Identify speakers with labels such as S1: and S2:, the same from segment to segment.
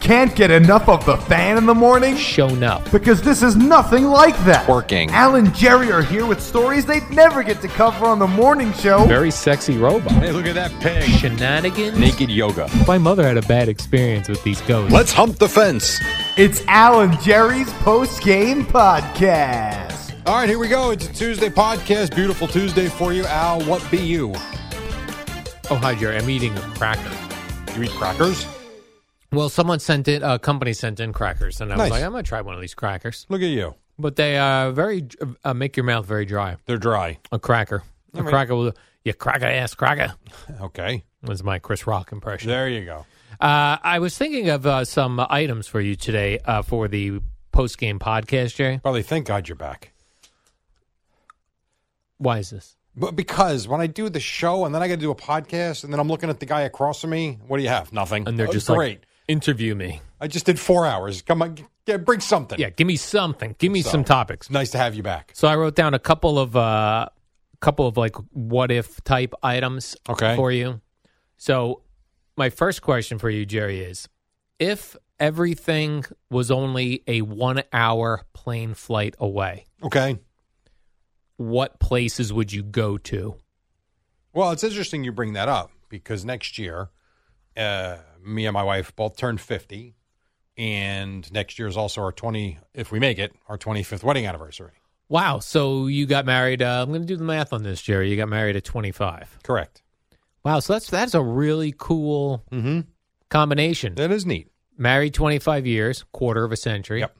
S1: Can't get enough of the fan in the morning?
S2: shown up.
S1: Because this is nothing like that.
S3: Working.
S1: Al and Jerry are here with stories they'd never get to cover on the morning show.
S2: Very sexy robot.
S3: Hey, look at that pig.
S2: Shenanigans.
S3: Naked yoga.
S2: My mother had a bad experience with these ghosts.
S3: Let's hump the fence.
S1: It's Al and Jerry's post game podcast.
S3: All right, here we go. It's a Tuesday podcast. Beautiful Tuesday for you, Al. What be you?
S2: Oh, hi, Jerry. I'm eating a cracker.
S3: You eat crackers?
S2: Well, someone sent in, a company sent in crackers, and I
S3: Nice.
S2: was like, I'm going to try one of these crackers.
S3: Look at you.
S2: But they uh, very uh, make your mouth very dry.
S3: They're dry.
S2: A cracker. a cracker will, you cracker ass cracker.
S3: Okay.
S2: That's my Chris Rock impression.
S3: There you go.
S2: Uh, I was thinking of uh, some items for you today uh, for the post game podcast, Jerry.
S3: Probably thank God you're back.
S2: Why is this?
S3: But because when I do the show and then I got to do a podcast and then I'm looking at the guy across from me, what do you have? Nothing.
S2: And they're
S3: Oh,
S2: just like,
S3: great.
S2: interview me.
S3: I just did four hours. Come on, get, bring something.
S2: Yeah, give me something. Give me
S3: So,
S2: some topics.
S3: It's nice to have you back.
S2: So I wrote down a couple of uh couple of like what if type items
S3: Okay.
S2: for you. So my first question for you, Jerry, is if everything was only a one hour plane flight away,
S3: Okay.
S2: what places would you go to?
S3: Well, it's interesting you bring that up because next year, uh, me and my wife both turned 50, and next year is also our 20, if we make it, our 25th wedding anniversary.
S2: Wow. So you got married uh, I'm gonna do the math on this, Jerry. You got married at twenty five.
S3: Correct.
S2: Wow, so that's that's a really cool
S3: Mm-hmm.
S2: combination.
S3: That is neat.
S2: Married twenty five years, quarter of a century.
S3: Yep.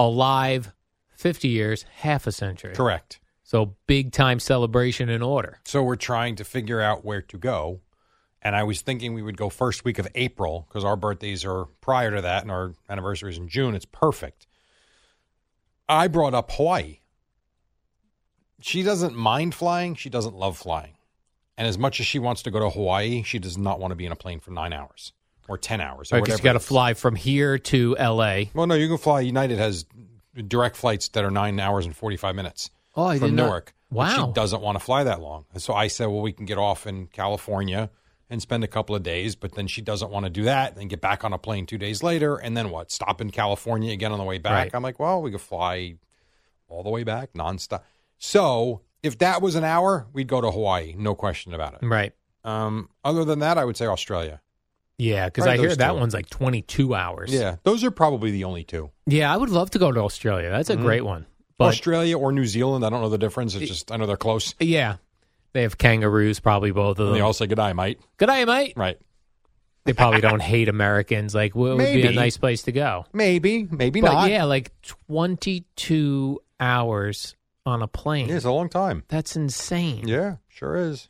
S2: Alive fifty years, half a century.
S3: Correct.
S2: So big time celebration in order.
S3: So we're trying to figure out where to go. And I was thinking we would go first week of April because our birthdays are prior to that and our anniversaries in June. It's perfect. I brought up Hawaii. She doesn't mind flying, she doesn't love flying. And as much as she wants to go to Hawaii, she does not want to be in a plane for nine hours or 10 hours or
S2: Because
S3: whatever.
S2: you got to
S3: it is.
S2: fly from here to L.A.
S3: Well, no, you can fly. United has direct flights that are nine hours and 45 minutes.
S2: Oh, I
S3: from Newark. but
S2: Wow.
S3: She doesn't want to fly that long. And so I said, well, we can get off in California and spend a couple of days, but then she doesn't want to do that. Then get back on a plane two days later. And then what? Stop in California again on the way back.
S2: Right.
S3: I'm like, well, we could fly all the way back nonstop. So if that was an hour, we'd go to Hawaii. No question about it.
S2: Right.
S3: Um, other than that, I would say Australia.
S2: Yeah, because
S3: Right,
S2: I hear
S3: those
S2: that
S3: two.
S2: one's like 22 hours.
S3: Yeah. Those are probably the only two.
S2: Yeah, I would love to go to Australia. That's
S3: Mm-hmm.
S2: a great one. But
S3: Australia or New Zealand. I don't know the difference. It's just, I know they're close.
S2: yeah, they have kangaroos, probably both of
S3: And
S2: them.
S3: they all say goodbye, mate.
S2: Good day, mate.
S3: Right.
S2: They probably don't hate Americans. Like, well, it would be a
S3: Maybe.
S2: nice place to go.
S3: Maybe, maybe
S2: but
S3: not.
S2: yeah, like 22 hours on a plane.
S3: Yeah, it's a long time.
S2: That's insane.
S3: Yeah, sure is.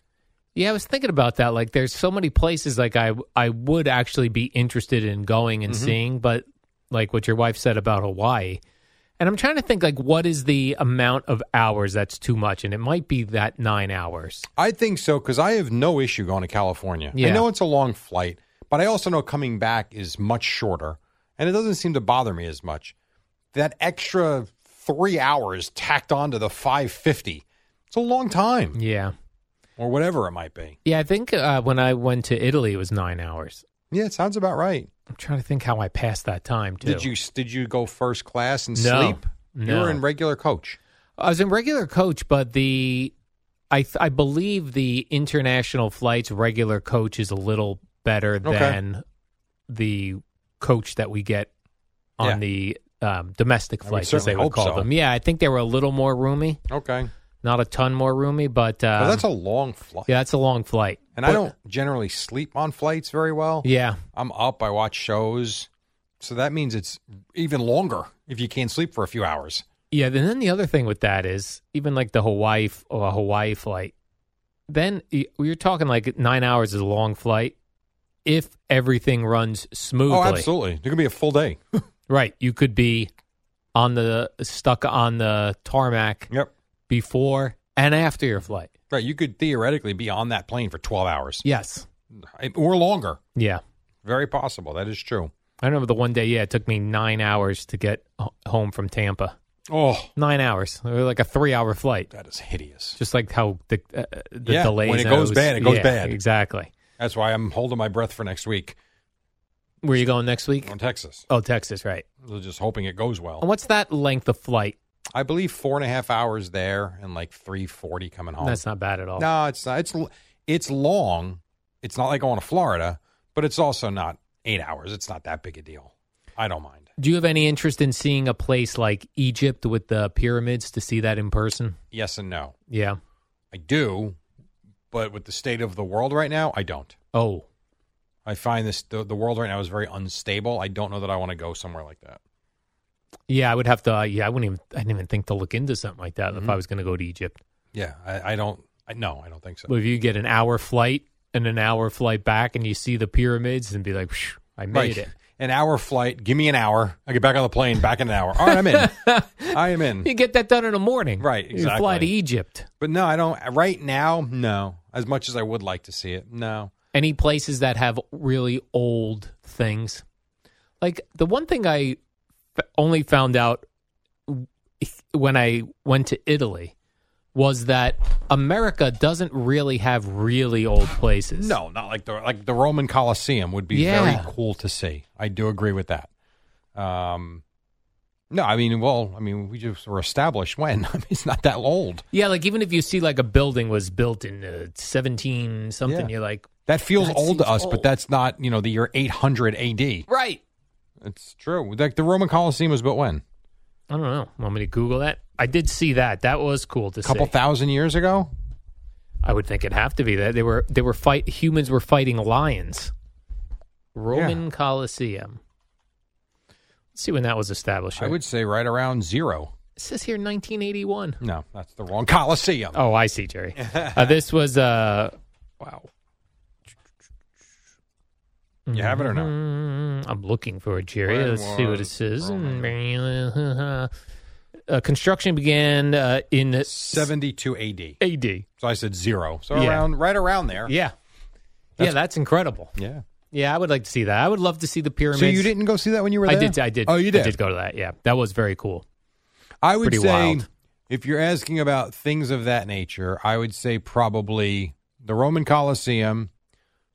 S2: Yeah, I was thinking about that. Like, there's so many places like I I would actually be interested in going
S3: Mm-hmm.
S2: and seeing, but like what your wife said about Hawaii, and I'm trying to think like what is the amount of hours that's too much, and it might be that nine hours.
S3: I think so because I have no issue going to California. I
S2: Yeah.
S3: know it's a long flight, but I also know coming back is much shorter, and it doesn't seem to bother me as much. That extra three hours tacked on to the five fifty, it's a long time
S2: Yeah,
S3: or whatever it might be.
S2: yeah. I think uh, when I went to Italy, it was nine hours.
S3: Yeah, it sounds about right.
S2: I'm trying to think how I passed that time too.
S3: Did you did you go first class and
S2: No.
S3: sleep? You
S2: No.
S3: were in regular coach.
S2: I was in regular coach, but the I th- I believe the international flights regular coach is a little better
S3: Okay.
S2: than the coach that we get on
S3: Yeah.
S2: the um, domestic
S3: I would
S2: flights, as they
S3: certainly
S2: would
S3: hope
S2: call
S3: so.
S2: them. Yeah, I think they were a little more roomy,
S3: Okay.
S2: not a ton more roomy, but uh,
S3: Well, that's a long flight.
S2: yeah, that's a long flight.
S3: And
S2: But-
S3: I don't generally sleep on flights very well.
S2: Yeah,
S3: I'm up, I watch shows. So that means it's even longer if you can't sleep for a few hours.
S2: Yeah, and then the other thing with that is even like the Hawaii f- uh, Hawaii flight. Then y- you're talking like nine hours is a long flight. If everything runs smoothly,
S3: Oh, absolutely. It could be a full day.
S2: right? You could be on the stuck on the tarmac
S3: Yep.
S2: before and after your flight.
S3: Right. You could theoretically be on that plane for 12 hours
S2: Yes,
S3: or longer.
S2: yeah.
S3: Very possible. That is true.
S2: I remember the one day. Yeah, it took me nine hours to get ho- home from Tampa.
S3: Oh,
S2: Nine hours, It was like a three-hour flight.
S3: that is hideous.
S2: Just like how the, uh, the
S3: Yeah,
S2: delays.
S3: when it
S2: and
S3: goes
S2: was-
S3: bad, it goes
S2: yeah,
S3: bad.
S2: Exactly.
S3: That's why I'm holding my breath for next week
S2: Where you going next week?
S3: on Texas.
S2: Oh, Texas, right.
S3: We're Just hoping it goes well.
S2: And Oh, what's that length of flight?
S3: I believe four and a half hours there and like 340 coming home.
S2: That's not bad at all.
S3: No, it's not. It's l- it's long. It's not like going to Florida, but it's also not eight hours. It's not that big a deal. I don't mind.
S2: Do you have any interest in seeing a place like Egypt with the pyramids to see that in person?
S3: Yes and no.
S2: Yeah.
S3: I do, but with the state of the world right now, I don't.
S2: Oh,
S3: I find this the, the world right now is very unstable. I don't know that I want to go somewhere like that.
S2: yeah. I would have to. uh, yeah, I wouldn't even. I didn't even think to look into something like that if I was going to go to Egypt.
S3: Yeah, I, I don't. I, no, I don't think so.
S2: But if you get an hour flight and an hour flight back, and you see the pyramids, and be like, "Phew, I made
S3: Right.
S2: it.
S3: An hour flight. Give me an hour. I get back on the plane. Back in an hour. All right, I'm in. I am in.
S2: You get that done in the morning,
S3: Right,
S2: You fly to
S3: exactly.
S2: Egypt.
S3: But no, I don't. Right now, no. As much as I would like to see it, no.
S2: any places that have really old things. Like the one thing I f- only found out w- when I went to Italy was that America doesn't really have really old places.
S3: No, not like the like the Roman Colosseum would be
S2: Yeah.
S3: very cool to see. I do agree with that. Um, no, I mean, well, I mean, we just were established when I mean, it's not that old.
S2: Yeah, like even if you see like a building was built in uh, 17 something,
S3: Yeah.
S2: you're like,
S3: That feels
S2: That
S3: old to
S2: seems
S3: us, but
S2: old.
S3: that's not you know the year 800 A.D.
S2: right.
S3: It's true. Like the Roman Colosseum was built when
S2: I don't know. Want me to Google that? I did see that. That was cool to
S3: a couple
S2: see.
S3: thousand years ago.
S2: I would think it'd have to be that they were they were fight humans were fighting lions. Roman Colosseum. Let's see when that was established.
S3: I would say right around zero.
S2: It says here 1981.
S3: No, that's the wrong Colosseum.
S2: Oh, I see, Jerry. uh, this was uh wow.
S3: You have it or no?
S2: Mm, I'm looking for it, Jerry.
S3: When
S2: Let's see what it
S3: was
S2: says.
S3: Roman-
S2: Uh, construction began uh, in
S3: 72 A.D.
S2: AD.
S3: So I said zero. So
S2: Yeah.
S3: around right around there.
S2: Yeah. yeah, that's incredible.
S3: Yeah.
S2: Yeah, I would like to see that. I would love to see the pyramids.
S3: So you didn't go see that when you were
S2: I
S3: there?
S2: did. I did.
S3: Oh, you did.
S2: I did go to that. Yeah, that was very cool.
S3: I would
S2: Pretty
S3: say
S2: wild.
S3: if you're asking about things of that nature, I would say probably the Roman Colosseum,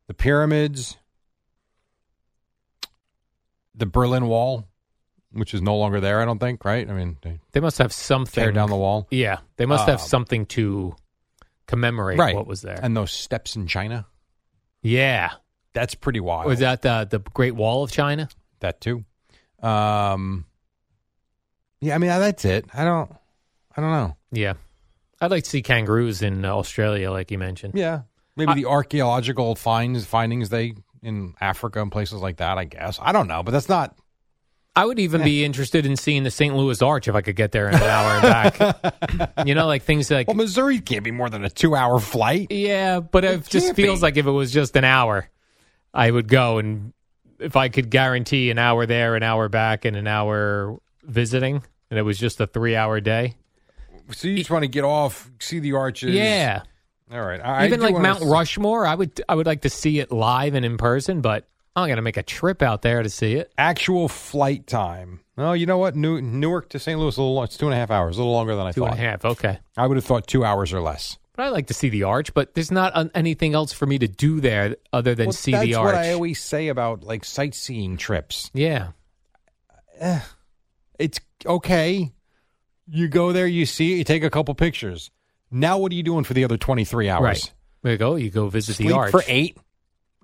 S3: the pyramids, the Berlin Wall, which is no longer there, I don't think, right? I mean, they
S2: They must have something.
S3: tear down the wall.
S2: Yeah, they must have
S3: Um,
S2: something to commemorate what was there.
S3: And those steps in China.
S2: yeah,
S3: That's pretty wild.
S2: was that the the Great Wall of China?
S3: that too. Um Yeah, I mean, that's it. I don't I don't know.
S2: Yeah, I'd like to see kangaroos in uh, Australia, like you mentioned.
S3: Yeah, maybe
S2: I-
S3: the archaeological finds findings they in Africa and places like that. I guess I don't know, but that's not.
S2: I would even be interested in seeing the St. Louis Arch if I could get there in an hour and back. you know, like things like
S3: Well, Missouri can't be more than a two-hour flight.
S2: yeah, but it, just
S3: can't
S2: feels
S3: be.
S2: like if it was just an hour, I would go and if I could guarantee an hour there, an hour back, and an hour visiting, and it was just a three-hour day.
S3: So you just want to get off, see the arches.
S2: Yeah.
S3: All right. I, I
S2: Even
S3: do
S2: like
S3: wanna
S2: Mount
S3: s-
S2: Rushmore, I would I would like to see it live and in person, but I'm gonna make a trip out there to see it.
S3: Actual flight time. Oh, you know what? New, Newark to St. Louis, a little, it's two and a half hours, a little longer than I
S2: Two
S3: thought.
S2: and a half. Okay.
S3: I would have thought two hours or less.
S2: But I like to see the arch, but there's not uh, anything else for me to do there other than
S3: Well,
S2: see
S3: that's
S2: the
S3: what
S2: arch.
S3: I always say about like sightseeing trips.
S2: yeah.
S3: It's okay. You go there, you see it, you take a couple pictures. Now what are you doing for the other 23 hours?
S2: Right. There you go. You go visit
S3: Sleep
S2: the arch.
S3: for 8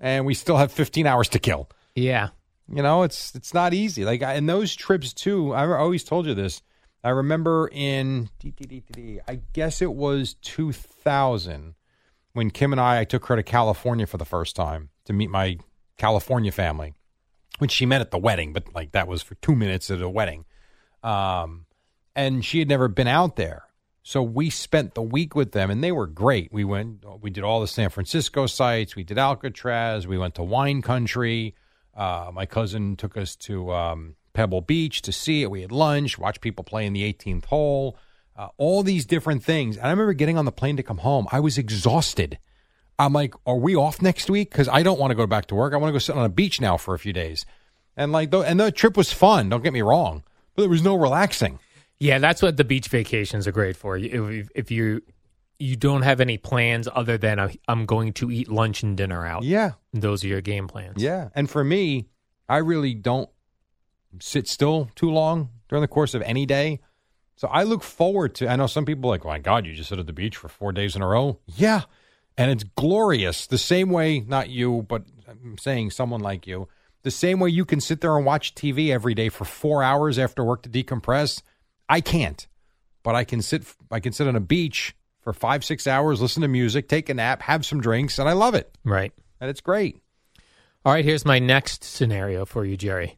S3: and we still have 15 hours to kill.
S2: Yeah.
S3: You know, it's it's not easy. Like I, and those trips too. I always told you this. I remember in I guess it was 2000 when Kim and I I took her to California for the first time to meet my California family, which she met at the wedding, but like that was for two minutes at a wedding. Um, and she had never been out there. So we spent the week with them, and they were great. We went, we did all the San Francisco sites. We did Alcatraz. We went to wine country. Uh, my cousin took us to um, Pebble Beach to see it. We had lunch, watched people play in the 18th hole, uh, all these different things. And I remember getting on the plane to come home. I was exhausted. I'm like, are we off next week? Because I don't want to go back to work. I want to go sit on a beach now for a few days. And like, though, and the trip was fun. Don't get me wrong, but there was no relaxing.
S2: Yeah, that's what the beach vacations are great for. You- If, if you you don't have any plans other than uh, I'm going to eat lunch and dinner out.
S3: Yeah,
S2: Those are your game plans.
S3: Yeah. And for me, I really don't sit still too long during the course of any day. So I look forward to I know some people are like, oh my God, you just sit at the beach for four days in a row. Yeah. And it's glorious. The same way, not you, but I'm saying someone like you, the same way you can sit there and watch TV every day for four hours after work to decompress. I can't. But I can sit I can sit on a beach for five, six hours, listen to music, take a nap, have some drinks, and I love it.
S2: Right.
S3: And it's great.
S2: All right, here's my next scenario for you, Jerry.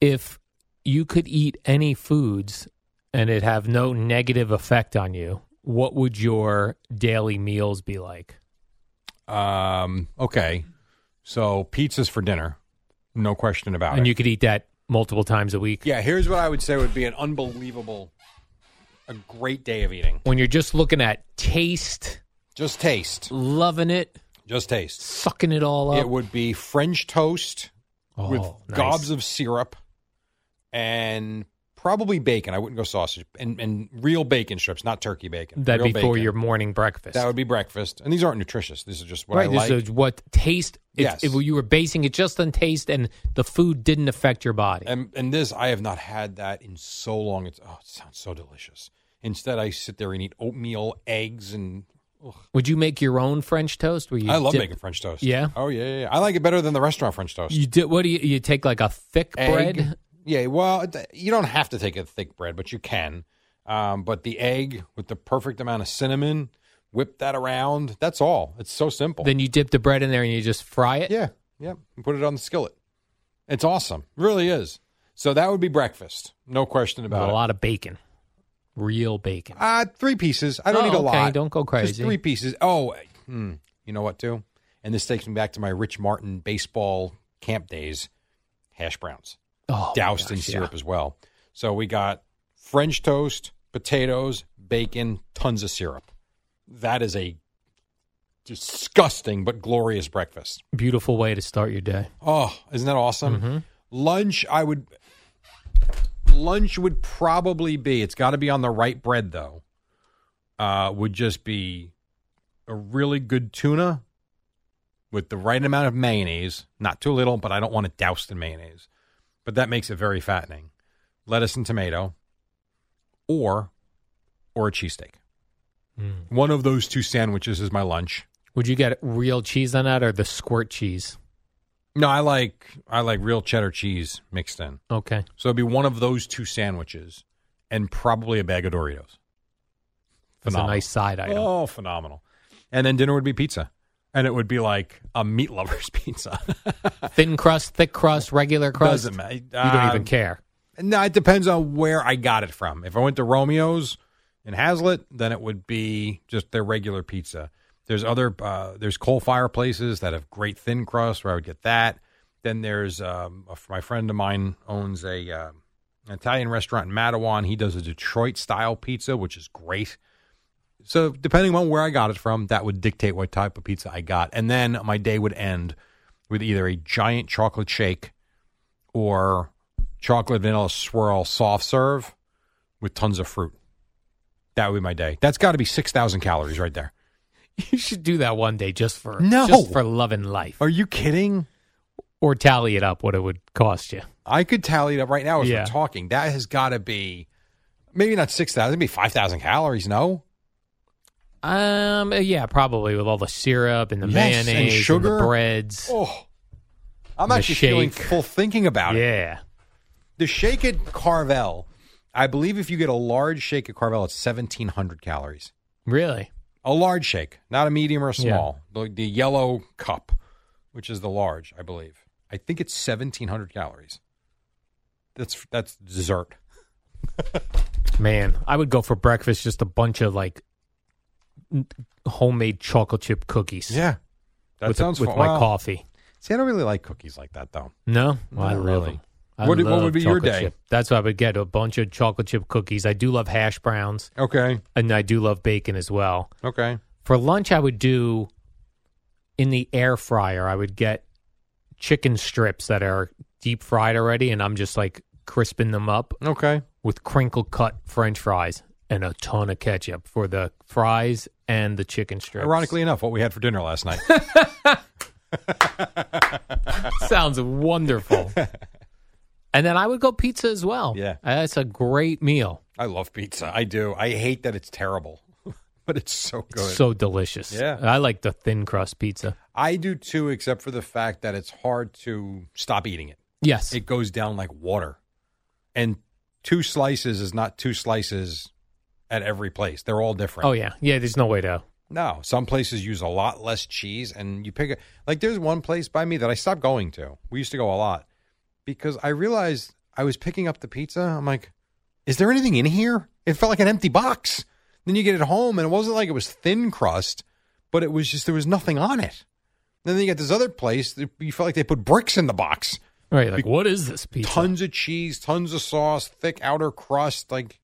S2: If you could eat any foods and it have no negative effect on you, what would your daily meals be like?
S3: Um, okay. So pizza's for dinner. No question about
S2: and
S3: it.
S2: you could eat that multiple times a week.
S3: yeah, here's what I would say would be an unbelievable a great day of eating.
S2: When you're just looking at taste,
S3: Just taste.
S2: loving it,
S3: Just taste.
S2: sucking it all up.
S3: It would be French toast
S2: Oh,
S3: with
S2: nice.
S3: gobs of syrup and probably bacon. I wouldn't go sausage and, and real bacon strips, not turkey bacon.
S2: That'd
S3: Real
S2: be for
S3: bacon.
S2: your morning breakfast.
S3: That would be breakfast. And these aren't nutritious. These are just what
S2: right.
S3: I like.
S2: This is what taste. If,
S3: Yes.
S2: if you were basing it just on taste and the food didn't affect your body.
S3: And and this I have not had that in so long. It's oh, it sounds so delicious. Instead, I sit there and eat oatmeal, eggs, and
S2: would you make your own French toast? Where you
S3: I love
S2: dip-
S3: making French toast.
S2: Yeah?
S3: Oh yeah, yeah, yeah. I like it better than the restaurant French toast.
S2: You do, what do you? You take like a thick
S3: Egg.
S2: bread.
S3: Yeah. Well, it- you don't have to take a thick bread, but you can. Um, but the egg with the perfect amount of cinnamon, whip that around. That's all. It's so simple.
S2: Then you dip the bread in there and you just fry it.
S3: yeah. Yeah. And Put it on the skillet. It's awesome. It really is. So that would be breakfast. No question
S2: With
S3: about
S2: a
S3: it.
S2: lot of bacon, real bacon.
S3: Uh, three pieces. I don't
S2: Oh,
S3: need a
S2: okay,
S3: lot.
S2: don't go
S3: Just
S2: crazy.
S3: three pieces. Oh, hmm, you know what, too? And this takes me back to my Rich Martin baseball camp days. Hash browns,
S2: Oh,
S3: doused in syrup as well. So we got French toast, potatoes, bacon, tons of syrup. That is a disgusting but glorious breakfast.
S2: beautiful way to start your day.
S3: Oh, isn't that awesome? Lunch, I would. Lunch would probably be. It's got to be on the right bread though. Uh, would just be a really good tuna with the right amount of mayonnaise, not too little, but I don't want it doused in mayonnaise. But that makes it very fattening. Lettuce and tomato, or or a cheesesteak. One of those two sandwiches is my lunch.
S2: Would you get real cheese on that or the squirt cheese?
S3: No, I like I like real cheddar cheese mixed in.
S2: Okay.
S3: So it'd be one of those two sandwiches and probably a bag of Doritos.
S2: That's a nice side item.
S3: Oh, phenomenal. And then dinner would be pizza. And it would be like a meat lover's pizza.
S2: Thin crust, thick crust, regular crust.
S3: Doesn't Ah, um, matter.
S2: You don't even care.
S3: No, it depends on where I got it from. If I went to Romeo's in Hazlitt, then it would be just their regular pizza. There's other uh, there's coal fire places that have great thin crust where I would get that. Then there's um, a, my friend of mine owns a uh, an Italian restaurant in Mattawan. He does a Detroit style pizza, which is great. So depending on where I got it from, that would dictate what type of pizza I got. And then my day would end with either a giant chocolate shake or chocolate vanilla swirl soft serve with tons of fruit. That would be my day. That's got to be 6,000 calories right there.
S2: You should do that one day just for
S3: No.
S2: just for love and life,
S3: Are you kidding?
S2: or tally it up what it would cost you.
S3: I could tally it up right now as
S2: Yeah.
S3: we're talking. That has got to be maybe not 6,000, it'd be 5,000 calories, no?
S2: Um, yeah, probably with all the syrup and the
S3: Yes, and
S2: mayonnaise
S3: sugar.
S2: the breads.
S3: Oh, I'm
S2: The
S3: actually feeling
S2: shake.
S3: full thinking about it.
S2: yeah,
S3: The shake at Carvel, I believe if you get a large shake at Carvel, it's 1,700 calories.
S2: really.
S3: A large shake, not a medium or a
S2: Yeah.
S3: small. The, the yellow cup, which is the large, I believe. I think it's 1,700 calories. That's that's dessert.
S2: Man, I would go for breakfast just a bunch of like n- homemade chocolate chip cookies.
S3: That
S2: with, the-
S3: sounds
S2: with
S3: fun.
S2: my
S3: Well,
S2: coffee.
S3: See, I don't really like cookies like that, though.
S2: No, well, I
S3: Not
S2: love
S3: really.
S2: them. I
S3: What- what
S2: love
S3: would be your
S2: chocolate
S3: day?
S2: chip. That's what I would get a bunch of chocolate chip cookies. I do love hash browns,
S3: Okay.
S2: and I do love bacon as well.
S3: Okay.
S2: For lunch, I would do in the air fryer. I would get chicken strips that are deep fried already, and I'm just like crisping them up
S3: Okay.
S2: with crinkle cut French fries and a ton of ketchup for the fries and the chicken strips.
S3: Ironically enough, what we had for dinner last night.
S2: sounds wonderful. and then I would go pizza as well.
S3: Yeah.
S2: that's a great meal.
S3: I love pizza. I do. I hate that it's terrible, but it's so good.
S2: It's so delicious.
S3: Yeah.
S2: I like the thin crust pizza.
S3: I do too, except for the fact that it's hard to stop eating it.
S2: Yes,
S3: It goes down like water. And two slices is not two slices at every place. They're all different.
S2: Oh yeah, yeah. There's no way to.
S3: No, some places use a lot less cheese, and you pick a Like there's one place by me that I stopped going to. We used to go a lot because I realized I was picking up the pizza. I'm like, is there anything in here? It felt like an empty box. Then you get it home, and it wasn't like it was thin crust, but it was just there was nothing on it. And then you get this other place. that You felt like they put bricks in the box.
S2: Right, like
S3: Be-
S2: what is this pizza?
S3: Tons of cheese, tons of sauce, thick outer crust, like,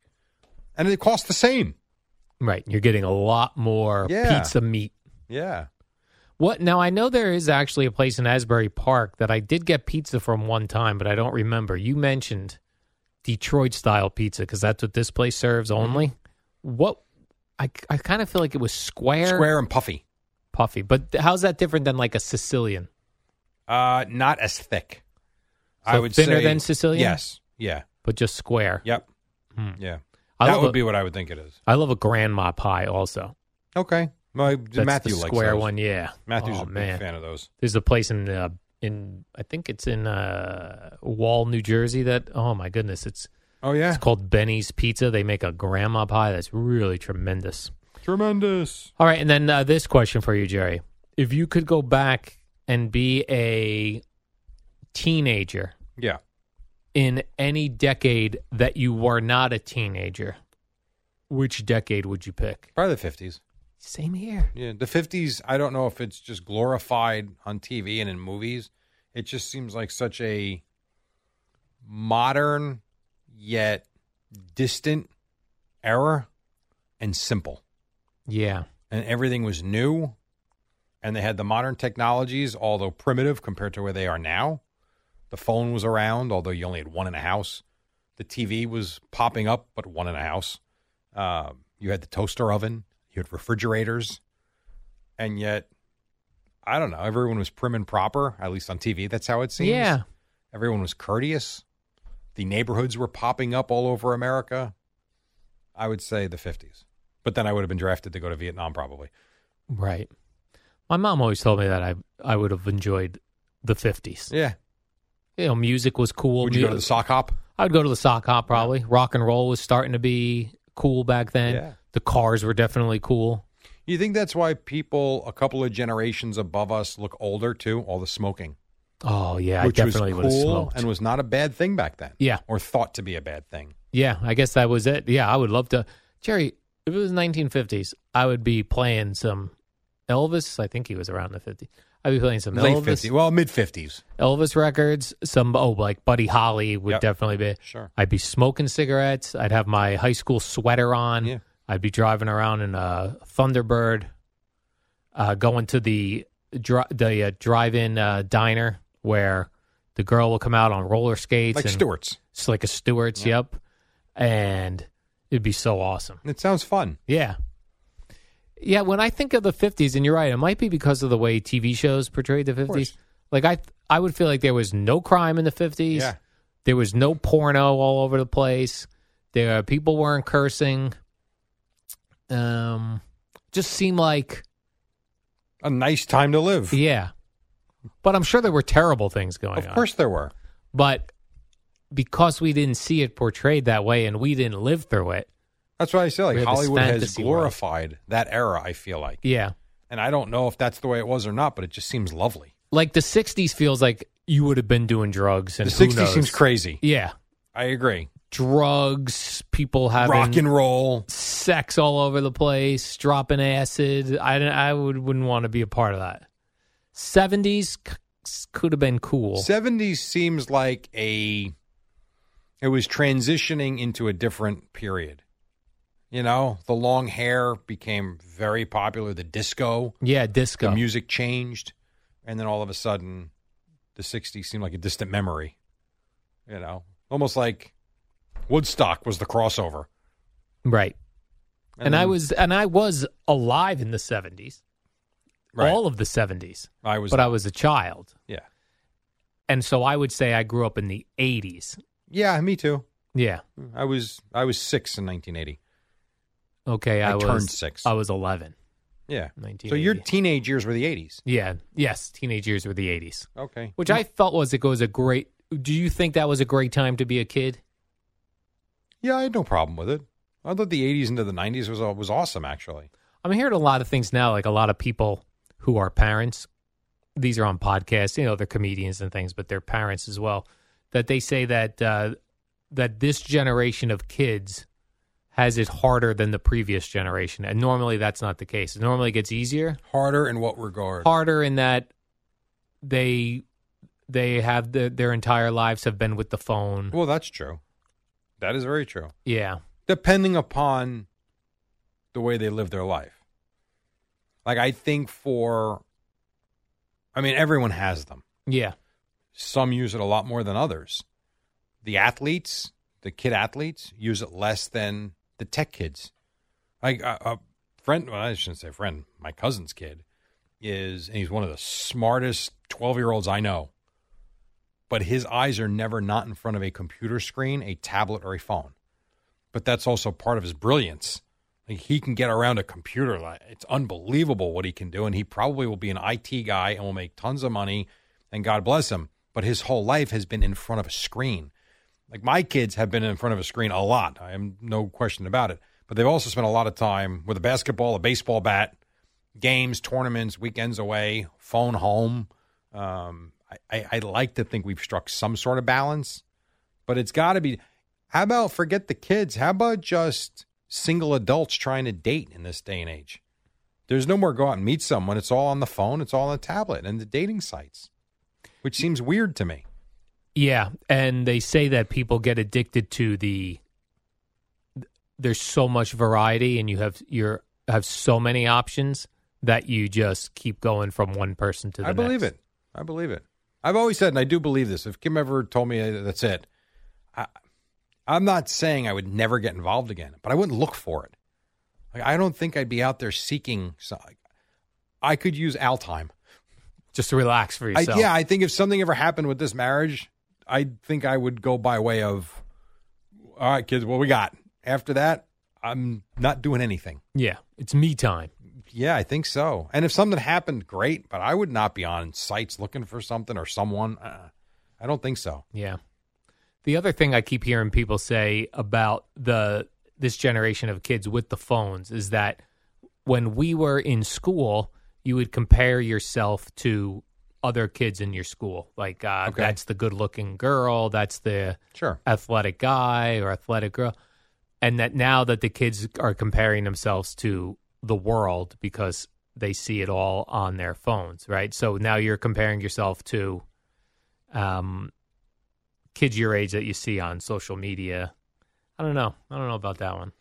S3: and it cost the same.
S2: Right, you're getting a lot more
S3: Yeah.
S2: pizza meat.
S3: Yeah.
S2: What now? I know there is actually a place in Asbury Park that I did get pizza from one time, but I don't remember. You mentioned Detroit style pizza because that's what this place serves
S3: Mm-hmm.
S2: only. What I, I kind of feel like it was square,
S3: Square and puffy.
S2: puffy, but how's that different than like a Sicilian?
S3: Uh, not as thick.
S2: So
S3: I would
S2: thinner
S3: say-
S2: than Sicilian?
S3: Yes. Yeah.
S2: but just square.
S3: Yep. Yeah.
S2: I
S3: that
S2: love
S3: would
S2: a-
S3: be what I would think it is.
S2: I love a grandma pie also.
S3: Okay. My
S2: That's
S3: Matthew
S2: the
S3: likes
S2: square
S3: those.
S2: one, yeah.
S3: Matthew's
S2: oh,
S3: a big
S2: man.
S3: fan of those.
S2: There's a place in uh, in I think it's in uh, Wall, New Jersey. That oh my goodness, it's
S3: Oh yeah.
S2: it's called Benny's Pizza. They make a grandma pie that's really tremendous.
S3: Tremendous.
S2: All right, and then uh, this question for you, Jerry: If you could go back and be a teenager
S3: Yeah.
S2: in any decade that you were not a teenager, which decade would you pick?
S3: Probably the fifties.
S2: Same here.
S3: Yeah. The fifties. I don't know if it's just glorified on TV and in movies. It just seems like such a modern yet distant era and simple.
S2: Yeah.
S3: and everything was new and they had the modern technologies although primitive compared to where they are now the phone was around although you only had one in a house the tv was popping up but one in a house Um you had the toaster oven you had refrigerators and yet i don't know everyone was prim and proper at least on tv that's how it seems
S2: Yeah.
S3: everyone was courteous the neighborhoods were popping up all over america i would say the 50s but then i would have been drafted to go to vietnam probably
S2: Right. My mom always told me that I I would have enjoyed the fifties.
S3: Yeah.
S2: You know, music was cool.
S3: Would you
S2: Mu-
S3: go to the sock hop?
S2: I would go to the sock hop probably. Rock and roll was starting to be cool back then.
S3: Yeah.
S2: The cars were definitely cool.
S3: You think that's why people a couple of generations above us look older too? All the smoking,
S2: Oh yeah,
S3: which
S2: I definitely
S3: was
S2: would have
S3: cool
S2: smoked.
S3: and was not a bad thing back then.
S2: Yeah.
S3: or thought to be a bad thing.
S2: yeah, I guess that was it. Yeah, I would love to. Jerry, if it was nineteen fifties, I would be playing some Elvis. I think he was around the fifties. I'd be playing some
S3: Late
S2: Elvis,
S3: fifties, well, mid fifties.
S2: Elvis records. Some oh, like Buddy Holly would
S3: Yep.
S2: definitely be.
S3: Sure.
S2: I'd be smoking cigarettes. I'd have my high school sweater on.
S3: Yeah.
S2: I'd be driving around in a Thunderbird, uh, going to the dri- the uh, drive-in uh, diner where the girl will come out on roller skates,
S3: Like
S2: and
S3: Stewart's.
S2: it's like a Stewart's. Yep, and it'd be so awesome.
S3: It sounds fun.
S2: Yeah, Yeah, when I think of the 50s, and you're right, it might be because of the way TV shows portrayed the 50s.
S3: course.
S2: Like I, I would feel like there was no crime in the 50s.
S3: Yeah.
S2: There was no porno all over the place. There, people weren't cursing. Um, just seemed like
S3: A nice time to live.
S2: yeah, Oh, but I'm sure there were terrible things going
S3: of
S2: on.
S3: course there were.
S2: but because we didn't see it portrayed that way, and we didn't live through it.
S3: That's why I say like
S2: We had this
S3: Hollywood has
S2: fantasy world.
S3: glorified that era. I feel like,
S2: Yeah,
S3: and I don't know if that's the way it was or not, but it just seems lovely.
S2: like the 60s feels like you would have been doing drugs and
S3: the
S2: who
S3: '60s seems
S2: knows.
S3: crazy.
S2: Yeah.
S3: I agree.
S2: drugs, people having
S3: Rock and roll.
S2: sex all over the place, dropping acid. I, don't- I would, wouldn't want to be a part of that. 70s c- could have been cool.
S3: '70s seems like a. It was transitioning into a different period. You know, the long hair became very popular. The disco,
S2: yeah, disco.
S3: the music changed, and then all of a sudden, the '60s seemed like a distant memory. You know, almost like Woodstock was the crossover.
S2: Right. And, I
S3: then-
S2: was and I was alive in the 70s.
S3: Right.
S2: All of the 70s.
S3: I was.
S2: but I was a child.
S3: Yeah.
S2: And so I would say I grew up in the 80s.
S3: Yeah, me too.
S2: Yeah.
S3: I was. I was six in 1980.
S2: Okay, I,
S3: I
S2: was
S3: turned six.
S2: I was 11.
S3: Yeah. So
S2: 1980.
S3: your teenage years were the 80s.
S2: Yeah. Yes, teenage years were the 80s.
S3: Okay.
S2: which I felt was it was a great. Do you think that was a great time to be a kid?
S3: Yeah, I had no problem with it. I thought the 80s into the 90s was uh, was awesome actually.
S2: I'm hearing a lot of things now, like a lot of people who are parents. These are on podcasts, you know, they're comedians and things, but they're parents as well. That they say that uh, that this generation of kids has it harder than the previous generation, and normally that's not the case. Normally, it gets easier.
S3: Harder in what regard?
S2: harder in that they they have the, their entire lives have been with the phone.
S3: Well, that's true. That is very true.
S2: Yeah,
S3: Depending upon the way they live their life. Like I think for I mean everyone has them.
S2: yeah,
S3: some use it a lot more than others. The athletes, the kid athletes, use it less than the tech kids. Like a, a friend, well, I shouldn't say friend, my cousin's kid is, and he's one of the smartest 12 year olds I know. But his eyes are never not in front of a computer screen, a tablet, or a phone. But that's also part of his brilliance. Like he can get around a computer. Like, It's unbelievable what he can do. And he probably will be an IT guy and will make tons of money and God bless him. But his whole life has been in front of a screen. Like my kids have been in front of a screen a lot. I am no question about it. But they've also spent a lot of time with a basketball, a baseball bat, games, tournaments, weekends away, phone home. Um, I, I, I like to think we've struck some sort of balance, but it's got to be. How about forget the kids? How about just single adults trying to date in this day and age? There's no more go out and meet someone. It's all on the phone. It's all on the tablet and the dating sites, which seems weird to me.
S2: yeah. And they say that people get addicted to the. There's so much variety, and you have you're have so many options that you just keep going from one person to the
S3: I believe
S2: next.
S3: it. I believe it. I've always said, and I do believe this. If Kim ever told me uh, that's it, I, I'm not saying I would never get involved again, but I wouldn't look for it. Like, I don't think I'd be out there seeking. So I could use Al time.
S2: Just relax for
S3: I,
S2: yourself.
S3: yeah, I think if something ever happened with this marriage, I think I would go by way of, all right, kids, what we got. After that, I'm not doing anything.
S2: yeah. It's me time.
S3: Yeah, I think so. And if something happened, great. But I would not be on sites looking for something or someone. Uh, I don't think so.
S2: Yeah. The other thing I keep hearing people say about the this generation of kids with the phones is that when we were in school, you would compare yourself to other kids in your school. Like uh,
S3: Okay.
S2: that's the good-looking girl, that's the
S3: Sure.
S2: athletic guy or athletic girl, and that now that the kids are comparing themselves to the world because they see it all on their phones, right? So now you're comparing yourself to um, kids your age that you see on social media. I don't know. I don't know about that one.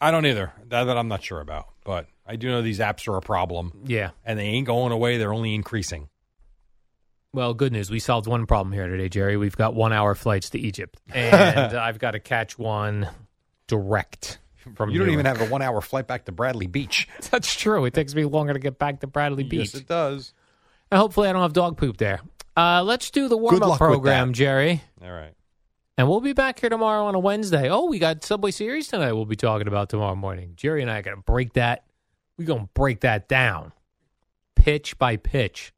S3: I don't either. That, that I'm not sure about. But I do know these apps are a problem
S2: Yeah.
S3: and they ain't going away. They're only increasing.
S2: Well, good news. We solved one problem here today, Jerry. We've got one hour flights to Egypt, and I've got to catch one direct. from
S3: you don't
S2: Newark.
S3: even have a one hour flight back to Bradley Beach.
S2: That's true. It takes me longer to get back to Bradley Beach.
S3: Yes, it does.
S2: And hopefully, I don't have dog poop there. Uh, let's do the warm up
S3: luck with
S2: program,
S3: that.
S2: Jerry.
S3: All right.
S2: And we'll be back here tomorrow on a Wednesday. Oh, we got Subway Series tonight. We'll be talking about tomorrow morning. Jerry and I are going to break that. We're going to break that down, pitch by pitch,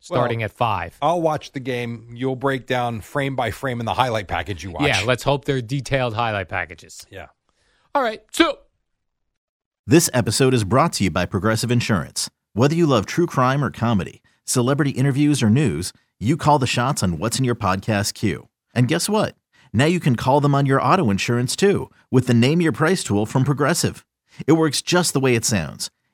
S2: starting
S3: Well,
S2: at five.
S3: I'll watch the game. You'll break down frame by frame in the highlight package you watch.
S2: Yeah, let's hope they're detailed highlight packages.
S3: yeah.
S2: All right, so
S4: This episode is brought to you by Progressive Insurance. Whether you love true crime or comedy, celebrity interviews or news, you call the shots on what's in your podcast queue. And guess what? Now you can call them on your auto insurance too with the Name Your Price tool from Progressive. It works just the way it sounds.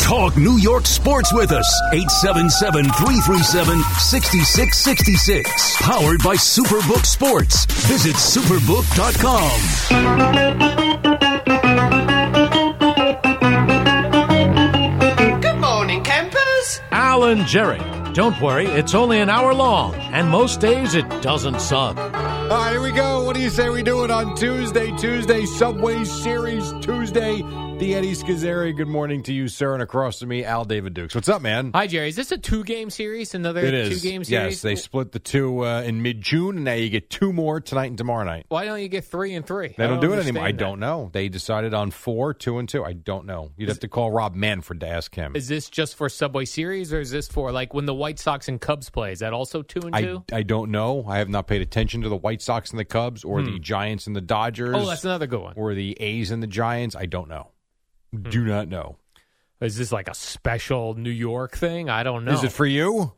S5: Talk New York sports with us. 877 337 6666. Powered by Superbook Sports. Visit superbook.com.
S6: Good morning, campers.
S7: Alan Jerry. Don't worry, it's only an hour long, and most days it doesn't suck.
S3: All right, here we go. What do you say we do it on Tuesday? Tuesday, Subway Series Tuesday. The Eddie Scazzeri. Good morning to you, sir, and across to me, Al David Dukes. What's up, man?
S2: hi, Jerry. Is this a two game series? Another
S3: It is.
S2: two game series?
S3: yes, they split the two uh, in mid June, and now you get two more tonight and tomorrow night.
S2: Why don't you get three and three?
S3: They
S2: I
S3: don't, do it anymore. I
S2: understand that.
S3: don't know. They decided on four, two, and two. I don't know. You'd have to call Rob Manfred to ask him.
S2: Is this just for Subway Series, or is this for like when the White Sox and Cubs play? Is that also two and
S3: I,
S2: two?
S3: I don't know. I have not paid attention to the White Sox and the Cubs or the Giants and the Dodgers
S2: Hmm. Oh, that's another good one.
S3: or the A's and the Giants. I don't know.
S2: Hmm.
S3: Do not know.
S2: Is this like a special New York thing? I don't know.
S3: Is it for you?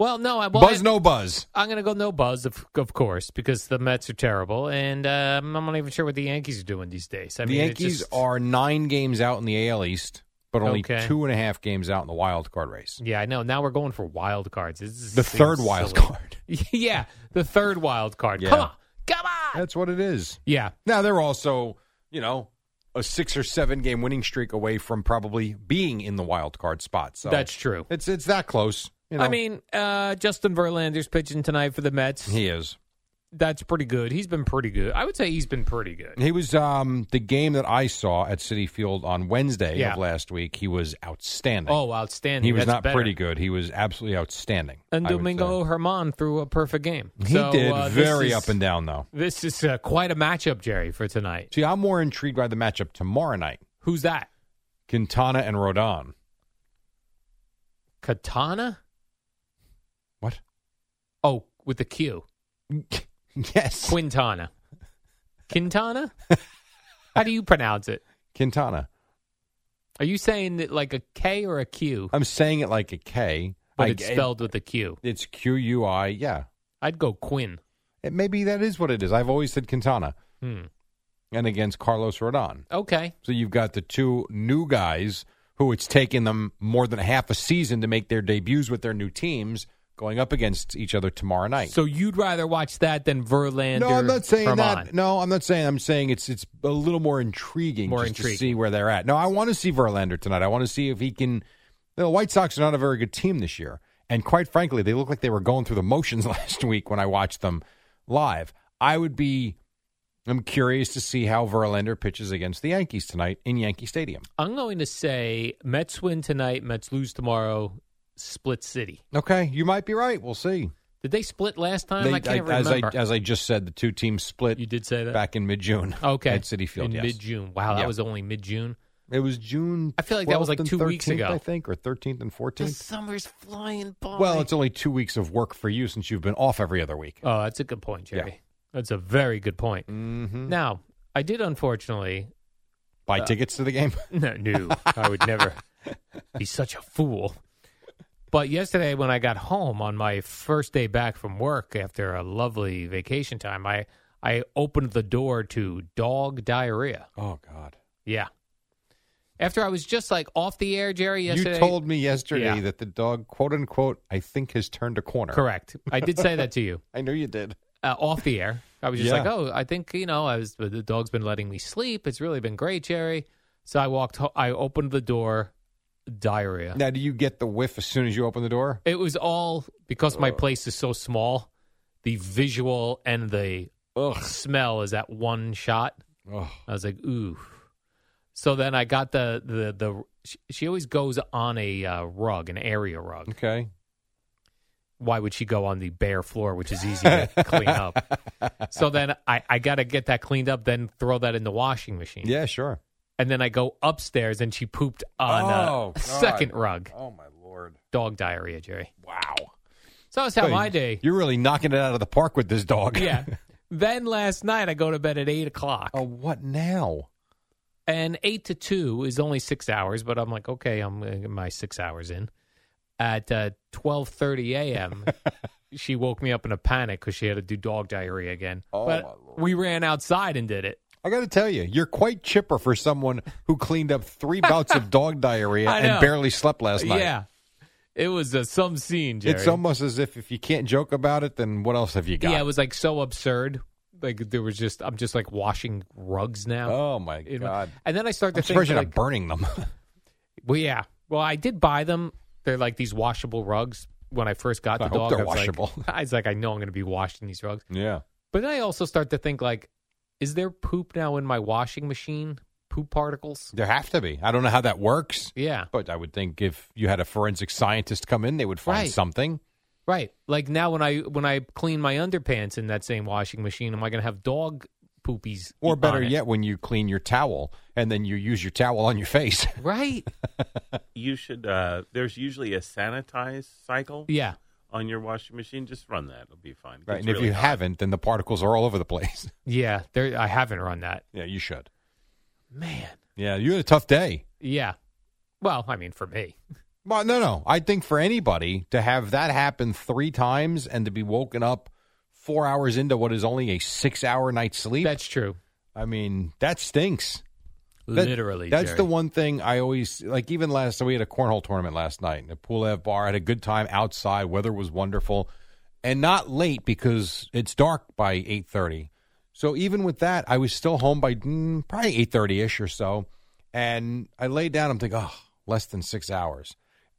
S2: well, no. I, well,
S3: buzz,
S2: I-
S3: no buzz.
S2: I'm going to go no buzz, of, of course, because the Mets are terrible, and um, I'm not even sure what the Yankees are doing these days. I
S3: the
S2: mean, it's
S3: Yankees
S2: just-
S3: are nine games out in the AL East, but only
S2: Okay.
S3: two and a half games out in the wild card race.
S2: Yeah, I know. Now we're going for wild cards. This is-
S3: The third
S2: seems
S3: wild
S2: silly.
S3: card.
S2: yeah, the third wild card.
S3: Yeah.
S2: Come on, come on.
S3: That's what it is.
S2: Yeah,
S3: Now they're also, you know, a six or seven game winning streak away from probably being in the wild card spot. So
S2: that's true.
S3: It's it's that close. You know,
S2: I mean, uh, Justin Verlander's pitching tonight for the Mets.
S3: he is.
S2: That's pretty good. He's been pretty good. I would say he's been pretty good.
S3: He was um, the game that I saw at City Field on Wednesday
S2: Yeah.
S3: of last week. He was outstanding.
S2: Oh, outstanding.
S3: he was
S2: That's
S3: not
S2: better.
S3: pretty good. He was absolutely outstanding.
S2: And
S3: I would
S2: Domingo Herman threw a perfect game.
S3: say. He
S2: So,
S3: did
S2: uh, this
S3: very
S2: is-
S3: up and down though.
S2: This is uh, quite a matchup, Jerry, for tonight.
S3: See, I'm more intrigued by the matchup tomorrow night:
S2: Who's that?
S3: Quintana and Rodon.
S2: Katana?
S3: What?
S2: Oh, with the Q.
S3: yes,
S2: Quintana. Quintana? How do you pronounce it?
S3: Quintana.
S2: Are you saying that like a K or a Q?
S3: I'm saying it like a K,
S2: But
S3: I-
S2: it's spelled with a Q.
S3: It's Q U I. Yeah,
S2: I'd go Quinn.
S3: it, maybe that is what it is. I've always said Quintana,
S2: Hmm.
S3: and against Carlos Rodon.
S2: Okay.
S3: So you've got the two new guys who it's taken them more than half a season to make their debuts with their new teams going up against each other tomorrow night.
S2: So you'd rather watch that than Verlander?
S3: no, I'm not saying
S2: Herman.
S3: that. No, I'm not saying. I'm saying it's it's a little more intriguing
S2: More
S3: just
S2: intriguing.
S3: to see where they're at. No, I want to see Verlander tonight. I want to see if he can. The White Sox are not a very good team this year, and quite frankly, they look like they were going through the motions last week when I watched them. live. I would be. I'm curious to see how Verlander pitches against the Yankees tonight in Yankee Stadium.
S2: I'm going to say Mets win tonight, Mets lose tomorrow, split city.
S3: Okay, you might be right. We'll see.
S2: Did they split last time?
S3: They-
S2: I can't
S3: as I
S2: remember.
S3: as I just said, the two teams split
S2: you did say that?
S3: back in mid June.
S2: okay.
S3: at City Field.
S2: In
S3: yes.
S2: mid June. Wow, that
S3: Yeah.
S2: was only mid June.
S3: It was June.
S2: I feel like that was
S3: 12th
S2: like
S3: and
S2: two weeks
S3: 13th,
S2: ago.
S3: I think, or thirteenth and
S2: The
S3: fourteenth.
S2: summer's flying by.
S3: Well, it's only two weeks of work for you since you've been off every other week.
S2: Oh, that's a good point, Jerry.
S3: Yeah.
S2: That's a very good point.
S3: Mm-hmm.
S2: Now, I did unfortunately
S3: Buy
S2: Uh,
S3: tickets to the game.
S2: No, no, I would never be such a fool. But yesterday, when I got home on my first day back from work after a lovely vacation time, I I opened the door to dog diarrhea.
S3: Oh God!
S2: Yeah. After I was just like off the air, Jerry. Yesterday,
S3: You told me yesterday
S2: Yeah.
S3: that the dog, quote unquote, I think has turned a corner.
S2: correct. I did say that to you
S3: I know you did.
S2: uh, off the air. I was just
S3: Yeah.
S2: like, oh, I think you know, I was the dog's been letting me sleep. It's really been great, Jerry. So I walked. Ho- I opened the door, diarrhea.
S3: Now, do you get the whiff as soon as you open the door?
S2: It was all because
S3: Oh.
S2: my place is so small. The visual and the smell is at one shot.
S3: Oh,
S2: I was like, ooh. So then I got the the the. She, she always goes on a uh, rug, an area rug.
S3: okay.
S2: Why would she go on the bare floor, which is easy to clean up? So then I I got to get that cleaned up, then throw that in the washing machine.
S3: Yeah, sure.
S2: And then I go upstairs, and she pooped on
S3: Oh,
S2: a
S3: God.
S2: second rug.
S3: Oh my lord!
S2: Dog diarrhea, Jerry.
S3: Wow.
S2: So that's how my day.
S3: You're really knocking it out of the park with this dog.
S2: yeah. Then last night I go to bed at eight o'clock,
S3: oh, what now?
S2: and eight to two is only six hours. But I'm like, okay, I'm gonna get my six hours in. At uh, twelve thirty a.m., she woke me up in a panic because she had to do dog diarrhea again.
S3: Oh,
S2: but
S3: my Lord.
S2: we ran outside and did it.
S3: I got to tell you, you're quite chipper for someone who cleaned up three bouts of dog diarrhea
S2: I know.
S3: and barely slept last night.
S2: Yeah, it was uh, some scene, Jerry.
S3: It's almost as if if you can't joke about it, then what else have you got?
S2: yeah, it was like so absurd. Like there was just I'm just like washing rugs now.
S3: oh my
S2: You know?
S3: god!
S2: And then I start to
S3: I'm
S2: think
S3: surprised you're
S2: like,
S3: not burning them.
S2: Well, yeah. Well, I did buy them. They're like these washable rugs. When I first got the
S3: I
S2: dog,
S3: hope they're
S2: I was like-
S3: washable.
S2: I was like, I know I'm going to be washing these rugs.
S3: yeah.
S2: But then I also start to think like, is there poop now in my washing machine? Poop particles?
S3: There have to be. I don't know how that works,
S2: Yeah.
S3: but I would think if you had a forensic scientist come in, they would find
S2: Right.
S3: something.
S2: Right. Like now when I when I clean my underpants in that same washing machine, am I going to have dog poopies?
S3: Or
S2: on
S3: better
S2: it?
S3: yet, when you clean your towel and then you use your towel on your face.
S2: Right.
S8: You should. Uh, there's usually a sanitized cycle
S2: Yeah.
S8: on your washing machine. Just run that; it'll be fine.
S3: Right.
S8: It's
S3: And if
S8: really
S3: you
S8: hot.
S3: haven't, then the particles are all over the place.
S2: Yeah. There. I haven't run that.
S3: yeah, you should.
S2: Man.
S3: Yeah, you had a tough day.
S2: Yeah. Well, I mean, for me.
S3: Well, no, no. I think for anybody to have that happen three times and to be woken up four hours into what is only a six hour night's sleep,
S2: That's true.
S3: I mean, that stinks. That-
S2: Literally.
S3: That's
S2: Jerry.
S3: the one thing I always like. Even last, so we had a cornhole tournament last night in the Pulev bar. I had a good time outside. Weather was wonderful, and not late because it's dark by eight thirty. So even with that, I was still home by mm, probably eight thirty ish or so. And I laid down. I'm thinking, oh, less than six hours.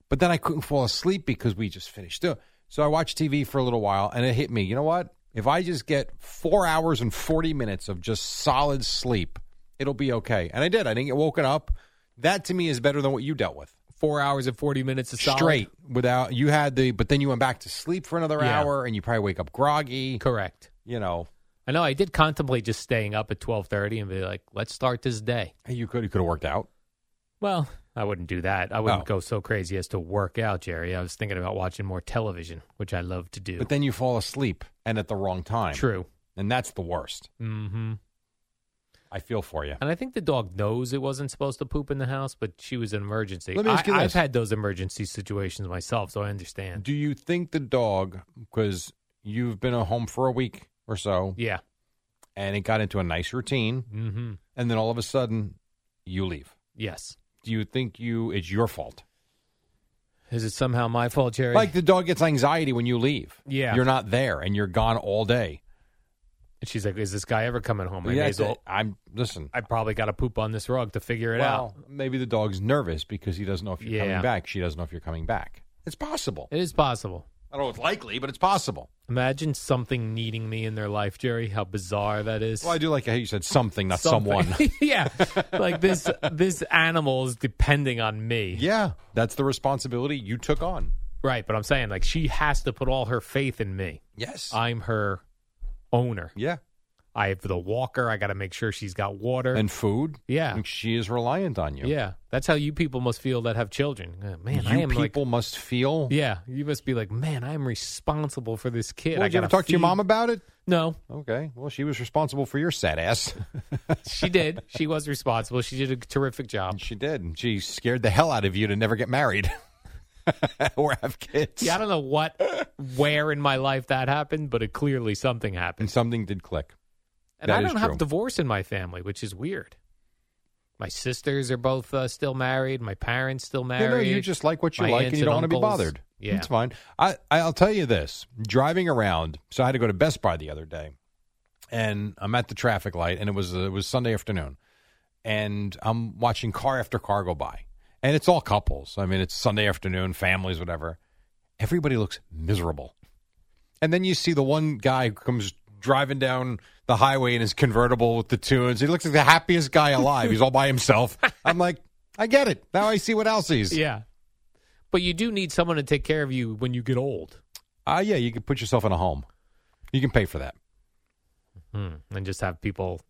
S3: But then I couldn't fall asleep because we just finished. it. So I watched TV for a little while, and it hit me. You know what? If I just get four hours and forty minutes of just solid sleep, it'll be okay. And I did. I didn't get woken up. That to me is better than what you dealt with
S2: Four hours and forty minutes of solid.
S3: straight without you had the. But then you went back to sleep for another
S2: Yeah.
S3: hour, and you probably wake up groggy.
S2: Correct.
S3: You know,
S2: I know I did contemplate just staying up at twelve thirty and be like, let's start this day.
S3: you could you could have worked out.
S2: Well, I wouldn't do that. I wouldn't
S3: No.
S2: go so crazy as to work out, Jerry. I was thinking about watching more television, which I love to do.
S3: But then you fall asleep and at the wrong time.
S2: True.
S3: and that's the worst.
S2: hmm
S3: I feel for you.
S2: And I think the dog knows it wasn't supposed to poop in the house, but she was an emergency.
S3: Let me ask you
S2: I,
S3: this.
S2: I've had those emergency situations myself, so I understand.
S3: Do you think the dog, because you've been at home for a week or so,
S2: yeah.
S3: and it got into a nice routine,
S2: hmm
S3: and then all of a sudden you leave?
S2: Yes.
S3: Do you think you it's your fault?
S2: Is it somehow my fault, Jerry?
S3: Like the dog gets anxiety when you leave.
S2: Yeah.
S3: You're not there and you're gone all day.
S2: and she's like, "Is this guy ever coming home?" I
S3: Yeah,
S2: may as well-
S3: I'm listen.
S2: I probably got to poop on this rug to figure it out.
S3: Well, maybe the dog's nervous because he doesn't know if you're
S2: Yeah.
S3: coming back. She doesn't know if you're coming back. It's possible.
S2: It is possible.
S3: I don't know if it's likely, but it's possible.
S2: Imagine something needing me in their life, Jerry. How bizarre that is.
S3: Well, I do like how you said something, not
S2: Something.
S3: someone.
S2: yeah, like this this animal is depending on me.
S3: yeah, that's the responsibility you took on.
S2: Right, but I'm saying like she has to put all her faith in me.
S3: Yes.
S2: I'm her owner.
S3: yeah.
S2: I have the walker. I got to make sure she's got water.
S3: And food.
S2: yeah,
S3: And she is reliant on you.
S2: yeah. That's how you people must feel that have children. Uh, Man,
S3: you
S2: I am like
S3: people must feel.
S2: yeah. You must be like, man, I am responsible for this kid.
S3: Well,
S2: I
S3: did you ever
S2: gotta
S3: talk to your
S2: feed-
S3: mom about it?
S2: No,
S3: Okay. Well, she was responsible for your sad ass.
S2: she did. she was responsible. She did a terrific job.
S3: she did. and She scared the hell out of you to never get married or have kids.
S2: Yeah, I don't know what, where in my life that happened, but it clearly something happened.
S3: and something did click.
S2: And
S3: that
S2: I
S3: is
S2: don't have
S3: true.
S2: divorce in my family, which is weird. My sisters are both uh, still married. My parents still
S3: No,
S2: married.
S3: no, you just like what you
S2: My
S3: like, and
S2: aunts
S3: you don't want to be
S2: uncles.
S3: bothered.
S2: Yeah,
S3: it's fine. I I'll tell you this: driving around, so I had to go to Best Buy the other day, and I'm at the traffic light, and it was it was Sunday afternoon, and I'm watching car after car go by, and it's all couples. I mean, it's Sunday afternoon, families, whatever. Everybody looks miserable, and then you see the one guy who comes driving down the highway in his convertible with the tunes. He looks like the happiest guy alive. He's all by himself. I'm like, I get it now. I see what else he's.
S2: yeah. But you do need someone to take care of you when you get old,
S3: Ah, yeah, you can put yourself in a home. You can pay for that.
S2: hmm. and just have people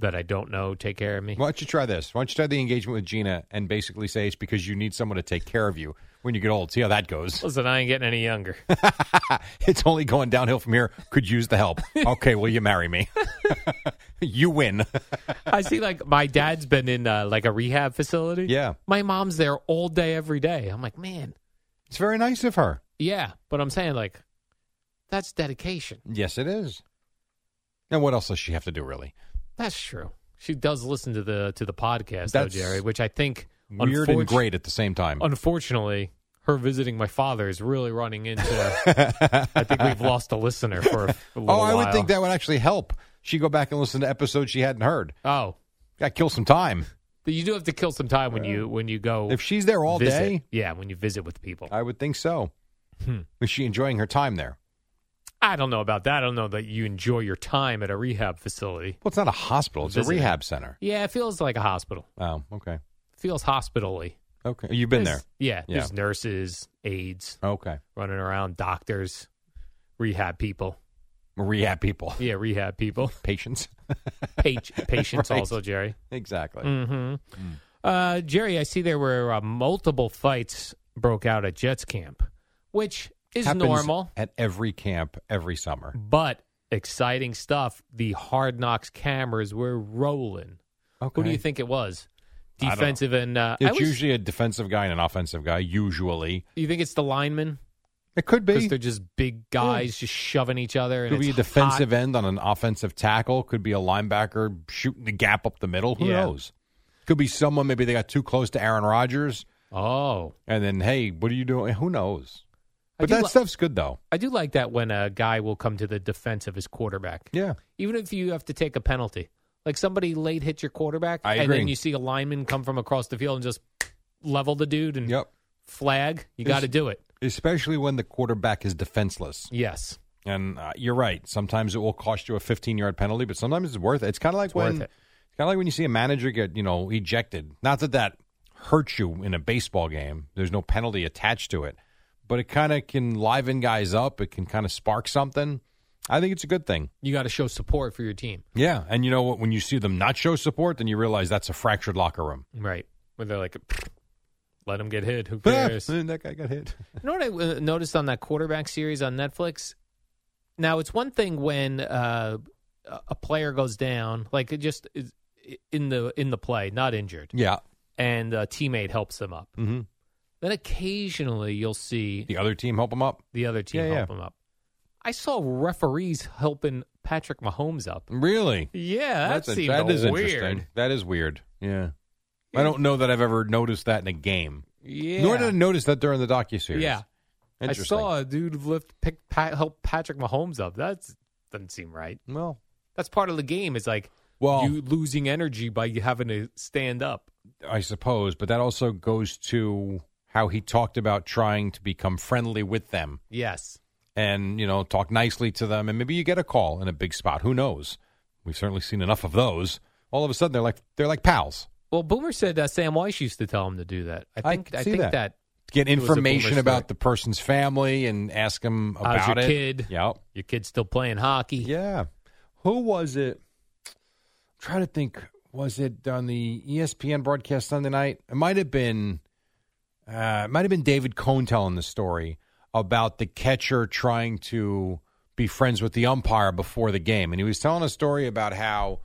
S2: that I don't know take care of me.
S3: Why don't you try this? Why don't you try the engagement with Gina and basically say it's because you need someone to take care of you when you get old. See how that goes.
S2: Listen, I ain't getting any younger.
S3: it's only going downhill from here. Could use the help. okay, will you marry me? you win.
S2: I see, like my dad's been in uh, like a rehab facility.
S3: yeah.
S2: my mom's there all day every day. I'm like, man,
S3: It's very nice of her.
S2: yeah. But I'm saying like, that's dedication.
S3: Yes, it is. And what else does she have to do, really?
S2: That's true. She does listen to the to the podcast,
S3: That's
S2: though, Jerry, which I think
S3: Weird and
S2: unfortu-
S3: great at the same time.
S2: Unfortunately, her visiting my father is really running into. I think we've lost a listener for a, a little
S3: oh, I would
S2: while.
S3: think that would actually help. She go back and listen to episodes she hadn't heard.
S2: Oh,
S3: Got kill some time.
S2: but you do have to kill some time when you when you go
S3: If she's there all
S2: visit.
S3: day,
S2: Yeah, when you visit with people.
S3: I would think so.
S2: Hmm.
S3: Is she enjoying her time there?
S2: I don't know about that. I don't know that you enjoy your time at a rehab facility.
S3: Well, it's not a hospital; it's
S2: Visiting.
S3: a rehab center.
S2: Yeah, it feels like a hospital.
S3: Oh, okay,
S2: feels hospitally.
S3: okay. You've been there.
S2: There's- Yeah,
S3: Yeah.
S2: there's nurses, aides
S3: Okay,
S2: running around, doctors, rehab people.
S3: rehab people,
S2: Yeah, rehab people.
S3: patients.
S2: Page, patients
S3: Right. Mm.
S2: also, Jerry.
S3: exactly.
S2: Mm-hmm. Uh, Jerry, I see there were uh, multiple fights broke out at Jets camp, which is
S3: Happens
S2: normal,
S3: at every camp every summer.
S2: but exciting stuff. The Hard Knocks cameras were rolling.
S3: Okay.
S2: Who do you think it was?
S3: I don't know.
S2: Defensive and uh, I
S3: It's
S2: was-
S3: usually a defensive guy and an offensive guy. Usually,
S2: You think it's the linemen
S3: it could
S2: because
S3: be.
S2: they're just big guys just shoving each other. And
S3: Could be a
S2: it's
S3: defensive
S2: hot.
S3: end on an offensive tackle. Could be a linebacker shooting the gap up the middle. Who
S2: Yeah.
S3: knows? Could be someone. Maybe they got too close to Aaron Rodgers,
S2: Oh,
S3: and then hey, what are you doing? Who knows?
S2: I
S3: But
S2: do
S3: that
S2: li-
S3: stuff's good though.
S2: I do like that when a guy will come to the defense of his quarterback.
S3: Yeah.
S2: even if you have to take a penalty. Like somebody late hit your quarterback,
S3: I
S2: and
S3: agree.
S2: then you see a lineman come from across the field and just level the dude and
S3: Yep.
S2: flag. You
S3: It's-
S2: got to do it.
S3: Especially when the quarterback is defenseless.
S2: Yes,
S3: And uh, you're right. Sometimes it will cost you a 15 yard penalty, but sometimes it's worth it. It's kind of like
S2: it's
S3: when
S2: worth it.
S3: it's kind of like when you see a manager get you know ejected. Not that that hurts you in a baseball game. There's no penalty attached to it, but it kind of can liven guys up. It can kind of spark something. I think it's a good thing.
S2: You got to show support for your team,
S3: Yeah, and you know what? When you see them not show support, then you realize that's a fractured locker room.
S2: right? Where they're like, let him get hit. Who
S3: Ah,
S2: cares? you
S3: man, that guy got hit.
S2: know what I uh, noticed on that quarterback series on Netflix? Now it's one thing when uh, a a player goes down, like it just is in the in the play, not injured,
S3: Yeah,
S2: and a teammate helps them up.
S3: hmm
S2: Then occasionally you'll see
S3: the other team help him up.
S2: the other team
S3: Yeah, yeah.
S2: help him up. I saw referees helping Patrick Mahomes up.
S3: Really?
S2: Yeah, that
S3: That's a-
S2: seemed
S3: that is
S2: weird.
S3: interesting. That is weird. Yeah. I don't know that I've ever noticed that in a game.
S2: Yeah,
S3: Nor did I notice that during the docuseries.
S2: yeah. I
S3: Interesting.
S2: saw a dude lift pick pa- help Patrick Mahomes up. That doesn't seem right.
S3: Well,
S2: That's part of the game. Is like
S3: well
S2: you losing energy by you having to stand up.
S3: I suppose, but that also goes to how he talked about trying to become friendly with them
S2: Yes.
S3: and you know talk nicely to them and maybe you get a call in a big spot who knows we've certainly seen enough of those all of a sudden they're like they're like pals
S2: Well, Boomer said uh, Sam Weiss used to tell him to do that. I
S3: I
S2: think
S3: could
S2: I,
S3: see
S2: think
S3: that.
S2: that.
S3: get
S2: It was a boomer
S3: information about
S2: story.
S3: the person's family and ask them about
S2: How's your
S3: it
S2: kid?
S3: yep
S2: your kid's still playing hockey.
S3: yeah who was it I'm trying to think was it on the E espn broadcast sunday night it might have been uh, it might have been david cohn telling the story about the catcher trying to be friends with the umpire before the game and he was telling a story about how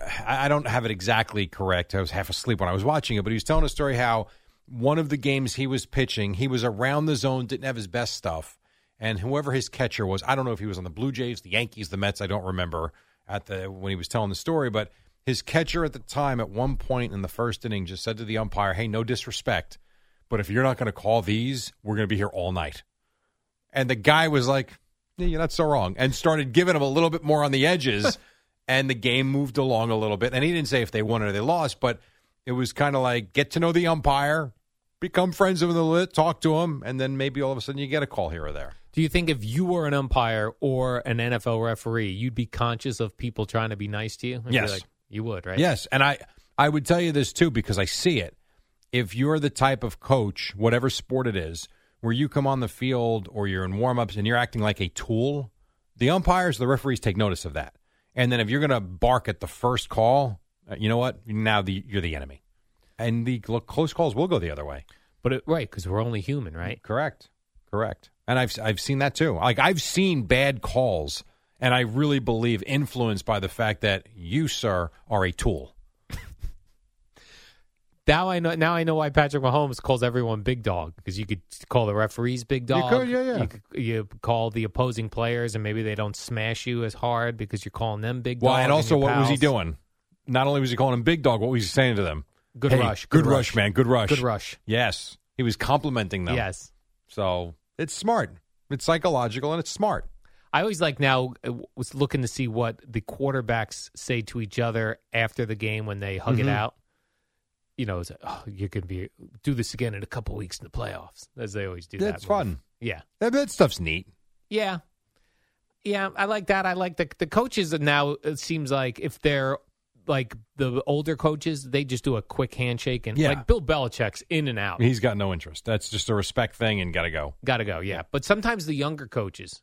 S3: I I don't have it exactly correct. I was half asleep when I was watching it, but he was telling a story how one of the games he was pitching, he was around the zone, didn't have his best stuff, and whoever his catcher was, I don't know if he was on the Blue Jays, the Yankees, the Mets, I don't remember at the when he was telling the story, but his catcher at the time at one point in the first inning just said to the umpire, "Hey, no disrespect, but if you're not going to call these, we're going to be here all night." And the guy was like, yeah, you're not so wrong. And started giving him a little bit more on the edges. and the game moved along a little bit. And he didn't say if they won or they lost, but it was kind of like get to know the umpire, become friends with him, talk to him, and then maybe all of a sudden you get a call here or there.
S2: Do you think if you were an umpire or an NFL referee, you'd be conscious of people trying to be nice to you? And be
S3: Yes.
S2: like- you would, right?
S3: Yes, and I I would tell you this too because I see it. If you're the type of coach, whatever sport it is, where you come on the field or you're in warm-ups and you're acting like a tool, the umpires, the referees take notice of that. And then if you're going to bark at the first call, uh, you know what? Now the, you're the enemy. And the gl- close calls will go the other way.
S2: But it, right, because we're only human, right?
S3: Correct. Correct. And I've I've seen that too. Like I've seen bad calls, and I really believe influenced by the fact that you, sir, are a tool.
S2: Now I know. Now I know why Patrick Mahomes calls everyone big dog because you could call the referees big dog.
S3: could, yeah, yeah.
S2: You, could, you call the opposing players, and maybe they don't smash you as hard because you're calling them big dog.
S3: Well, and also,
S2: your
S3: what was he
S2: pals.
S3: doing? Not only was he calling him Big Dog, what was he saying to them?
S2: Good
S3: Hey,
S2: rush.
S3: good, rush, man, good rush,
S2: Good rush.
S3: Yes, he was complimenting them.
S2: Yes.
S3: so it's smart. It's psychological and it's smart.
S2: I always like now uh, was looking to see what the quarterbacks say to each other after the game when they hug
S3: Mhm.
S2: it out. You know, it's like, oh, you could be do this again in a couple weeks in the playoffs, as they always do.
S3: That's
S2: that move.
S3: fun.
S2: Yeah,
S3: That, that stuff's neat.
S2: yeah, yeah. I like that. I like the the coaches that now. It seems like if they're like the older coaches, they just do a quick handshake and
S3: Yeah.
S2: like Bill Belichick's in and out.
S3: He's got no interest. That's just a respect thing, and got to go.
S2: Got to go, yeah. But sometimes the younger coaches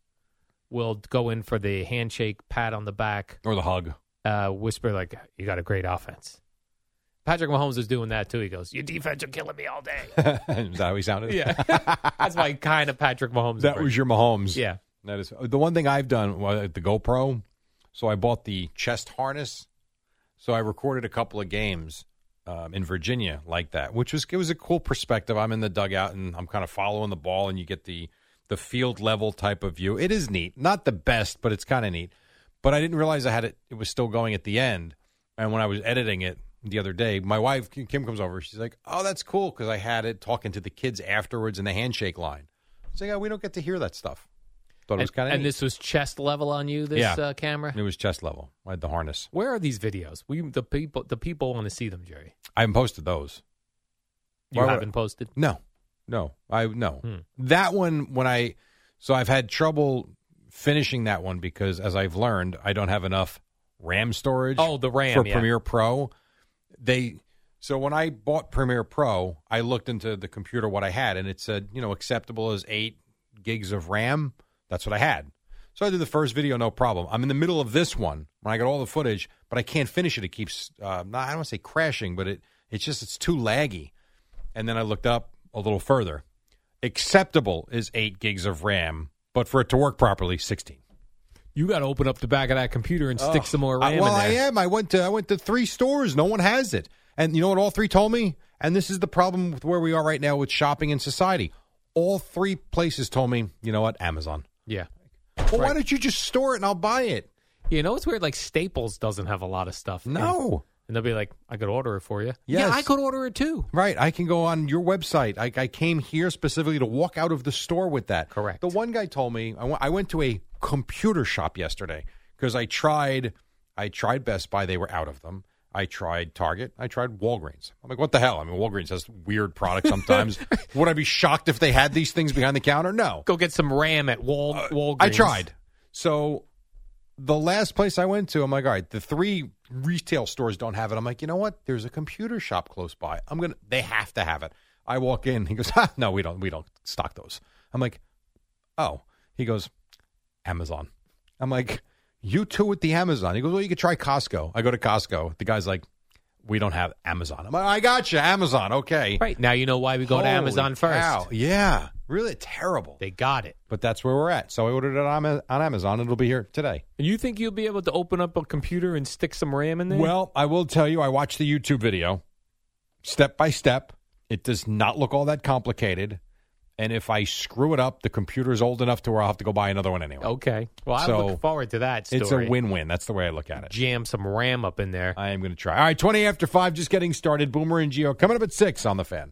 S2: will go in for the handshake, pat on the back.
S3: Or the hug.
S2: uh, whisper like, "You got a great offense." Patrick Mahomes is doing that too. He goes, "Your defense are killing me all day."
S3: Is that how he sounded?
S2: yeah, that's my kind of Patrick Mahomes.
S3: that was your Mahomes.
S2: yeah.
S3: That is the one thing I've done well, at the GoPro. So I bought the chest harness. So I recorded a couple of games um, in Virginia like that, which was it was a cool perspective. I'm in the dugout and I'm kind of following the ball, and you get the the field level type of view. It is neat, not the best, but it's kind of neat. But I didn't realize I had it. It was still going at the end, and when I was editing it the other day, my wife Kim comes over. She's like, "Oh, that's cool," because I had it talking to the kids afterwards in the handshake line. It's like, "Oh, we don't get to hear that stuff." Thought it was
S2: And,
S3: kind of
S2: and this was chest level on you. This
S3: Yeah.
S2: uh, camera.
S3: It was chest level. I had the harness.
S2: Where are these videos? We the people the people want to see them, Jerry.
S3: I haven't posted those.
S2: You
S3: Why would I-
S2: haven't posted.
S3: No, no, I no.
S2: Hmm.
S3: That one when I so I've had trouble finishing that one because as I've learned, I don't have enough RAM storage.
S2: Oh, the RAM,
S3: for
S2: yeah.
S3: Premiere Pro. They so when I bought Premiere Pro, I looked into the computer what I had, and it said you know acceptable is eight gigs of RAM. That's what I had. So I did the first video, no problem. I'm in the middle of this one when I got all the footage, but I can't finish it. It keeps uh, not, I don't want to say crashing, but it it's just it's too laggy. And then I looked up a little further. Acceptable is eight gigs of RAM, but for it to work properly, sixteen.
S2: You got to open up the back of that computer and stick some more
S3: I-
S2: RAM
S3: well,
S2: in
S3: I
S2: there.
S3: am. I went to I went to three stores. No one has it. And you know what? All three told me. And this is the problem with where we are right now with shopping in society. All three places told me. You know what? Amazon.
S2: Yeah.
S3: Well, why
S2: Right.
S3: don't you just store it and I'll buy it?
S2: You know it's weird. Like Staples doesn't have a lot of stuff. and,
S3: No.
S2: and they'll be like, "I could order it for you."
S3: Yes.
S2: Yeah, I could order it too.
S3: Right. I can go on your website. I, I came here specifically to walk out of the store with that.
S2: Correct.
S3: The one guy told me I went- I went to a computer shop yesterday because I tried I tried Best Buy. They were out of them. I tried Target. I tried Walgreens. I'm like, what the hell? I mean, Walgreens has weird products sometimes. Would I be shocked if they had these things behind the counter? No.
S2: Go get some RAM at Wal- Walgreens.
S3: I tried. So the last place I went to, I'm like, all right, the three retail stores don't have it. I'm like, you know what? There's a computer shop close by. I'm gonna. They have to have it. I walk in. He goes, ha, no, we don't. We don't stock those. I'm like, oh. He goes, Amazon. I'm like, you too with the Amazon. He goes, well, you could try Costco. I go to Costco. The guy's like, we don't have Amazon. I'm like, I got you, Amazon. Okay.
S2: Right now, you know why we go to
S3: Holy
S2: Amazon first.
S3: cow. Yeah. Really terrible.
S2: They got it.
S3: But that's where we're at. So I ordered it on, Ama- on Amazon. It'll be here today.
S2: And you think you'll be able to open up a computer and stick some RAM in there?
S3: Well, I will tell you, I watched the YouTube video step by step. It does not look all that complicated. And if I screw it up, the computer's old enough to where I'll have to go buy another one anyway.
S2: okay. Well, I
S3: So,
S2: look forward to that Oh, story.
S3: It's a win win. That's the way I look at it.
S2: Jam some RAM up in there.
S3: I am going to try. All right, 20 after 5, just getting started. Boomer and Geo coming up at 6 on the fan.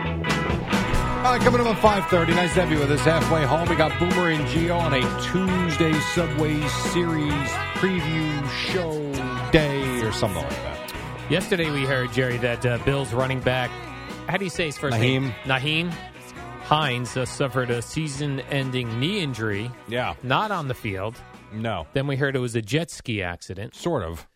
S3: All right, coming up at 5.30. Nice to have you with us halfway home. We got Boomer and Geo on a Tuesday Subway Series preview show day or something like that.
S2: Yesterday we heard Jerry that uh, Bills running back, how do you say his first name? Naheem Hines uh, suffered a season-ending knee injury.
S3: Yeah.
S2: not on the field.
S3: No.
S2: Then we heard it was a jet ski accident.
S3: Sort of.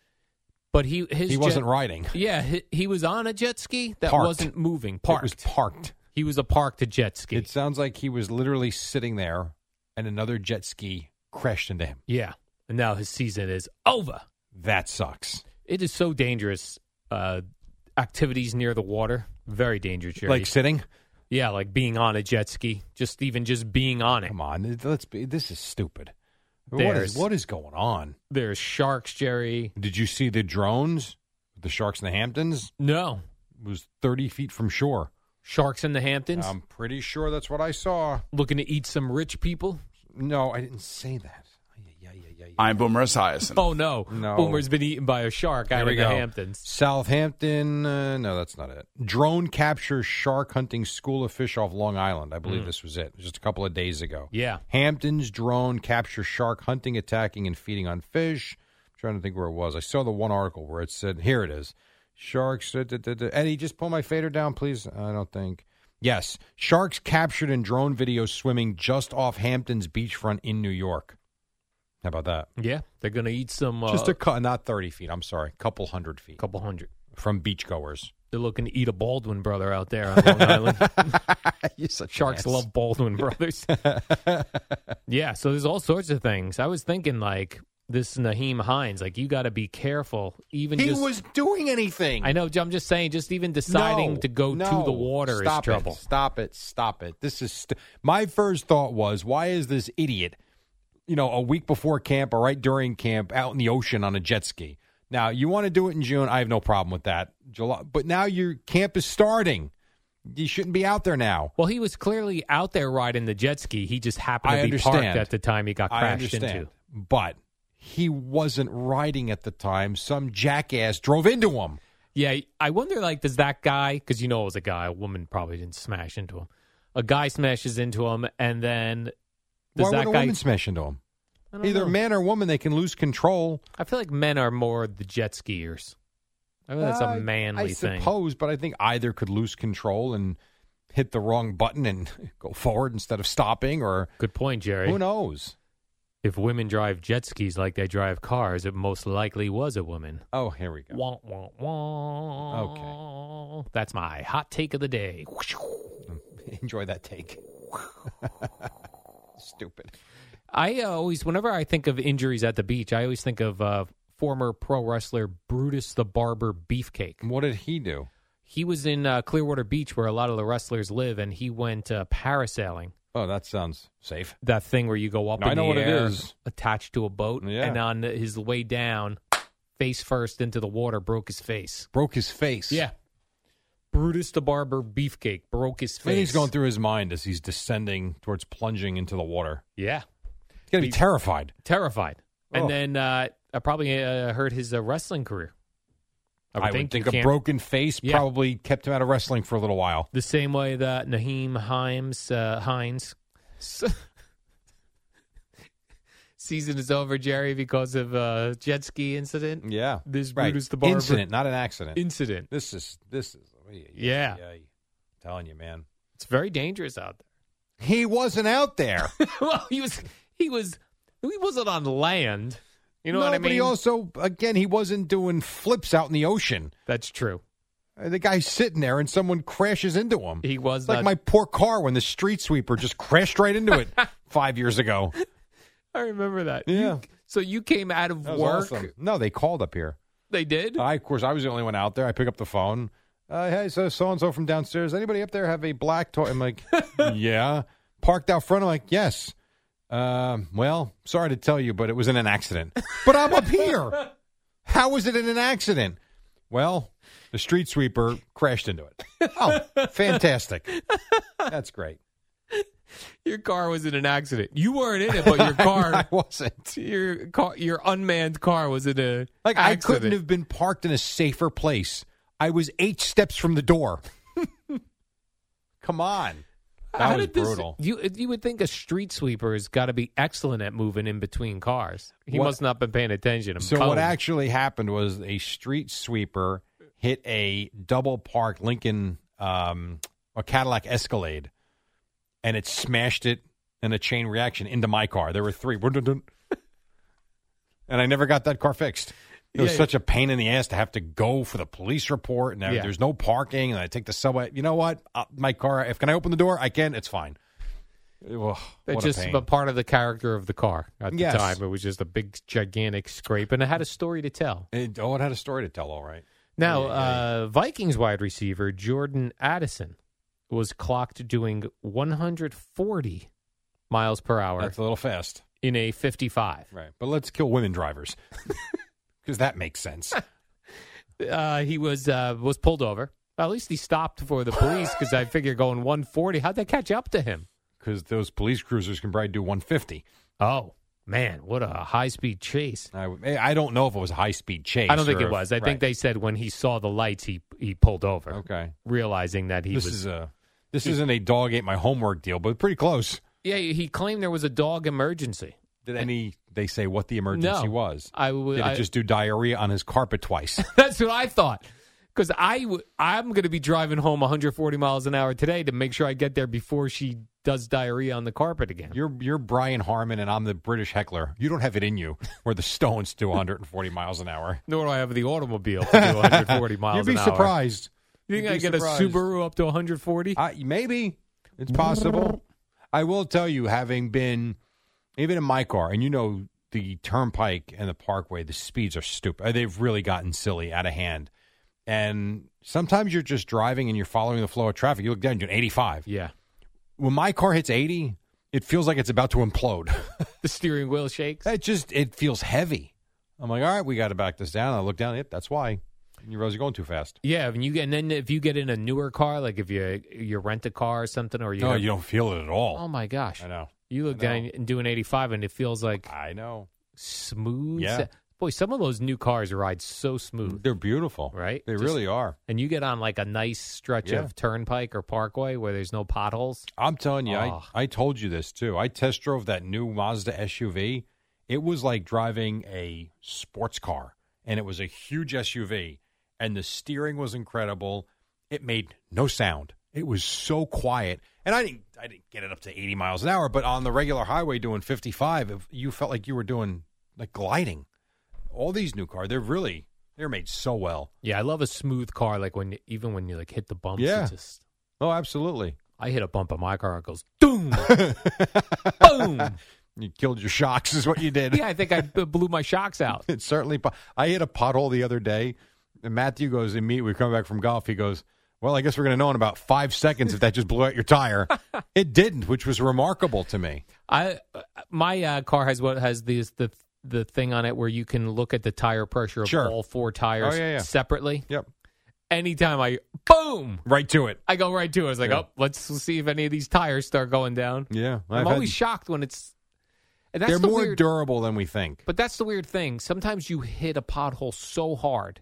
S2: But he his
S3: He
S2: jet-
S3: wasn't riding.
S2: Yeah, he, he was on a jet ski that
S3: Parked.
S2: wasn't moving.
S3: It was
S2: Parked.
S3: parked.
S2: He was a parked jet ski.
S3: It sounds like he was literally sitting there and another jet ski crashed into him.
S2: yeah, and now his season is over.
S3: That sucks.
S2: It is so dangerous. Uh, activities near the water, very dangerous. Jerry.
S3: Like sitting?
S2: yeah, like being on a jet ski, just even just being on it.
S3: Come on. Let's be this is stupid. What is,
S2: There's-
S3: what is going on?
S2: There's sharks, Jerry.
S3: Did you see the drones? The sharks in the Hamptons
S2: No
S3: It was 30 feet from shore.
S2: sharks in the Hamptons
S3: I'm pretty sure that's what I saw.
S2: looking to eat some rich people.
S3: No, I didn't say that. Yeah, yeah, yeah, yeah.
S9: I'm Boomer Esiason.
S2: Oh no,
S3: No.
S2: Boomer's been eaten by a shark out
S3: There we
S2: in the
S3: go.
S2: Hamptons.
S3: Southampton. Uh, no, that's not it. Drone captures shark hunting school of fish off Long Island. I believe this was it. Just a couple of days ago.
S2: Yeah.
S3: Hamptons drone captures shark hunting, attacking, and feeding on fish. I'm trying to think where it was. I saw the one article where it said, "Here it is." Sharks. da, da, da, da. Eddie, just pull my fader down, please. I don't think. Yes, sharks captured in drone video swimming just off Hamptons beachfront in New York. How about that?
S2: Yeah, they're going to eat some. Uh,
S3: just a cou- not thirty feet. I'm sorry, couple hundred feet
S2: couple hundred.
S3: from beachgoers.
S2: They're looking to eat a Baldwin brother out there on Long Island. Sharks
S3: an ass.
S2: love Baldwin brothers. yeah, so there's all sorts of things. I was thinking like this Naheem Hines, like you got to be careful. Even
S3: He
S2: just,
S3: was doing anything.
S2: I know. I'm just saying, just even deciding
S3: No,
S2: to go
S3: no.
S2: to the water
S3: Stop
S2: is trouble.
S3: It, stop it. Stop it. This is st- my first thought was why is this idiot, you know, a week before camp or right during camp out in the ocean on a jet ski? Now you want to do it in June. I have no problem with that. July, but now your camp is starting. You shouldn't be out there now.
S2: Well, he was clearly out there riding the jet ski. He just happened to
S3: I
S2: be parked
S3: understand.
S2: at the time he got
S3: I
S2: crashed
S3: understand,
S2: into.
S3: but he wasn't riding at the time. Some jackass drove into him.
S2: Yeah, I wonder like does that guy because you know it was a guy, a woman probably didn't smash into him. A guy smashes into him, and then does
S3: Why
S2: that
S3: would a
S2: guy?
S3: woman smash into him?
S2: I don't
S3: Either
S2: know.
S3: man or woman, they can lose control.
S2: I feel like men are more the jet skiers. I mean, that's
S3: Uh,
S2: a manly
S3: I
S2: thing.
S3: suppose, but I think either could lose control and hit the wrong button and go forward instead of stopping, or
S2: Good point, Jerry.
S3: who knows?
S2: If women drive jet skis like they drive cars, it most likely was a woman.
S3: Oh, here we go.
S2: Wah, wah, wah. Okay. That's my hot take of the day.
S3: Enjoy that take. Stupid.
S2: I uh, always, whenever I think of injuries at the beach, I always think of uh, former pro wrestler Brutus the Barber Beefcake.
S3: What did he do?
S2: He was in uh, Clearwater Beach, where a lot of the wrestlers live, and he went uh, parasailing.
S3: Oh, that sounds safe.
S2: That thing where you go up
S3: No, I
S2: in
S3: know
S2: the
S3: what it
S2: air,
S3: is.
S2: attached to a boat,
S3: Yeah.
S2: and on his way down, face first into the water, broke his face.
S3: Broke his face.
S2: Yeah. Brutus the Barber Beefcake broke his face.
S3: Things going through his mind as he's descending towards plunging into the water.
S2: Yeah.
S3: He's gonna be terrified.
S2: Terrified.
S3: Oh.
S2: And then uh, I probably uh, hurt his uh, wrestling career.
S3: I would think,
S2: you
S3: a
S2: can't-
S3: broken face
S2: Yeah.
S3: probably kept him out of wrestling for a little while.
S2: The same way that Naheem Himes, uh, Hines s- season is over, Jerry, because of uh, jet ski incident.
S3: Yeah,
S2: This
S3: right.
S2: Brutus the Barber.
S3: Incident, not an accident.
S2: Incident.
S3: This is this is oh, yeah.
S2: Yeah.
S3: I'm telling you, man.
S2: It's very dangerous out
S3: there. He wasn't out there.
S2: well, he was. He was. He wasn't on land. You know
S3: no,
S2: what I mean?
S3: But he also, again, he wasn't doing flips out in the ocean. Uh,
S2: That's true.
S3: The guy's sitting there, and someone crashes into him.
S2: He was
S3: It's like
S2: not-
S3: my poor car when the street sweeper just crashed right into it five years ago.
S2: I remember that.
S3: Yeah.
S2: You- so you came out of
S3: That was
S2: work.
S3: awesome. Uh, No, they called up here.
S2: They did.
S3: I, of course, I was the only one out there. I pick up the phone. Uh, hey, so so and so from downstairs. Anybody up there have a black toy? I'm like, yeah. Parked out front. I'm like, yes. Um, well, sorry to tell you, but it was in an accident. But I'm up here. How was it in an accident? Well, the street sweeper crashed into it. Oh, fantastic. That's great.
S2: Your car was in an accident. You weren't in it, but your car
S3: I wasn't.
S2: Your car, your unmanned car was in a
S3: Like, I
S2: accident.
S3: couldn't have been parked in a safer place. I was eight steps from the door. Come on. That
S2: How
S3: was
S2: did this-
S3: brutal.
S2: you you would think a street sweeper has got to be excellent at moving in between cars. He
S3: What-
S2: must not been paying attention. I'm
S3: So what
S2: telling you.
S3: actually happened was a street sweeper hit a double parked Lincoln um, or Cadillac Escalade, and it smashed it in a chain reaction into my car. There were three, and I never got that car fixed. It was
S2: Yeah.
S3: such a pain in the ass to have to go for the police report, and there-
S2: Yeah.
S3: there's no parking, and I take the subway. You know what? Uh, my car. If can I open the door? I can. It's fine. Ugh,
S2: That's
S3: what a
S2: just
S3: pain.
S2: a part of the character of the car at the
S3: Yes.
S2: time. It was just a big, gigantic scrape, and it had a story to tell.
S3: It- oh, it had a story to tell. All right.
S2: Now, uh, Vikings wide receiver Jordan Addison was clocked doing 140 miles per hour
S3: That's a little fast.
S2: in a 55.
S3: Right. But let's kill women drivers because that makes sense.
S2: Uh, he was uh, was pulled over. At least he stopped for the police because I figure going 140, how'd they catch up to him?
S3: Because those police cruisers can probably do 150.
S2: Oh man, what a high speed chase!
S3: I, would- I don't know if it was a high speed chase.
S2: I don't think
S3: or
S2: it
S3: if-
S2: was. I
S3: right.
S2: think they said when he saw the lights, he he pulled over,
S3: Okay.
S2: realizing that he
S3: this
S2: was.
S3: is a this isn't a dog ate my homework deal, but pretty close.
S2: yeah, he claimed there was a dog emergency.
S3: Did any they say what the emergency
S2: No.
S3: was?
S2: I would.
S3: Did it just do diarrhea on his carpet twice?
S2: That's what I thought. Because I w- I'm going to be driving home 140 miles an hour today to make sure I get there before she does diarrhea on the carpet again.
S3: you're you're Brian Harmon and I'm the British heckler. You don't have it in you where the Stones do 140 miles an hour.
S2: Nor do I have the automobile to do 140 miles
S3: You'd be
S2: an hour.
S3: surprised.
S2: You think
S3: You'd
S2: I
S3: be
S2: get
S3: surprised.
S2: a Subaru up to 140?
S3: I, maybe it's possible. I will tell you, having been even in my car, and you know the turnpike and the parkway, the speeds are stupid. Uh, They've really gotten silly, out of hand. And sometimes you're just driving and you're following the flow of traffic. You look down, you're doing 85.
S2: yeah.
S3: When my car hits 80, it feels like it's about to implode.
S2: The steering wheel shakes.
S3: it just it feels heavy. I'm like, all right, we got to back this down. I look down. Yep, that's why. And you realize you're going too fast.
S2: Yeah, and you get and then if you get in a newer car, like if you you rent a car or something, or you,
S3: No, you don't feel it at
S2: oh
S3: all.
S2: my gosh,
S3: I know.
S2: you look
S3: I know.
S2: down and do an 85, and it feels like
S3: I know.
S2: smooth.
S3: Yeah.
S2: boy, some of those new cars ride so smooth.
S3: They're beautiful.
S2: Right?
S3: They
S2: Just-
S3: really are.
S2: and you get on like a nice stretch
S3: Yeah.
S2: of turnpike or parkway where there's no potholes.
S3: I'm telling you,
S2: Ugh.
S3: I, I told you this too. I test drove that new Mazda SUV. It was like driving a sports car, and it was a huge SUV, and the steering was incredible. It made no sound. It was so quiet, and I didn't I didn't get it up to 80 miles an hour, but on the regular highway doing 55, if you felt like you were doing like gliding. All these new cars, they're really they're made so well.
S2: Yeah, I love a smooth car. Like when even when you like hit the bumps,
S3: Yeah.
S2: it just
S3: Oh, absolutely.
S2: I hit a bump on my car, it goes boom, boom.
S3: You killed your shocks, is what you did.
S2: Yeah, I think I b- blew my shocks out.
S3: It certainly. po- I hit a pothole the other day. And Matthew goes and meet. We come back from golf. He goes, Well, I guess we're going to know in about five seconds if that just blew out your tire. it didn't, which was remarkable to me.
S2: I my uh, car has what has these the the thing on it where you can look at the tire pressure of
S3: Sure.
S2: all four tires
S3: Oh, yeah, yeah.
S2: separately.
S3: Yep.
S2: Anytime I boom,
S3: Right to it.
S2: I go right to. it. I was like,
S3: Yeah.
S2: oh, let's see if any of these tires start going down.
S3: Yeah,
S2: i am
S3: I've had-
S2: always shocked when it's. And that's
S3: They're
S2: the
S3: more
S2: weird,
S3: durable than we think.
S2: But that's the weird thing. Sometimes you hit a pothole so hard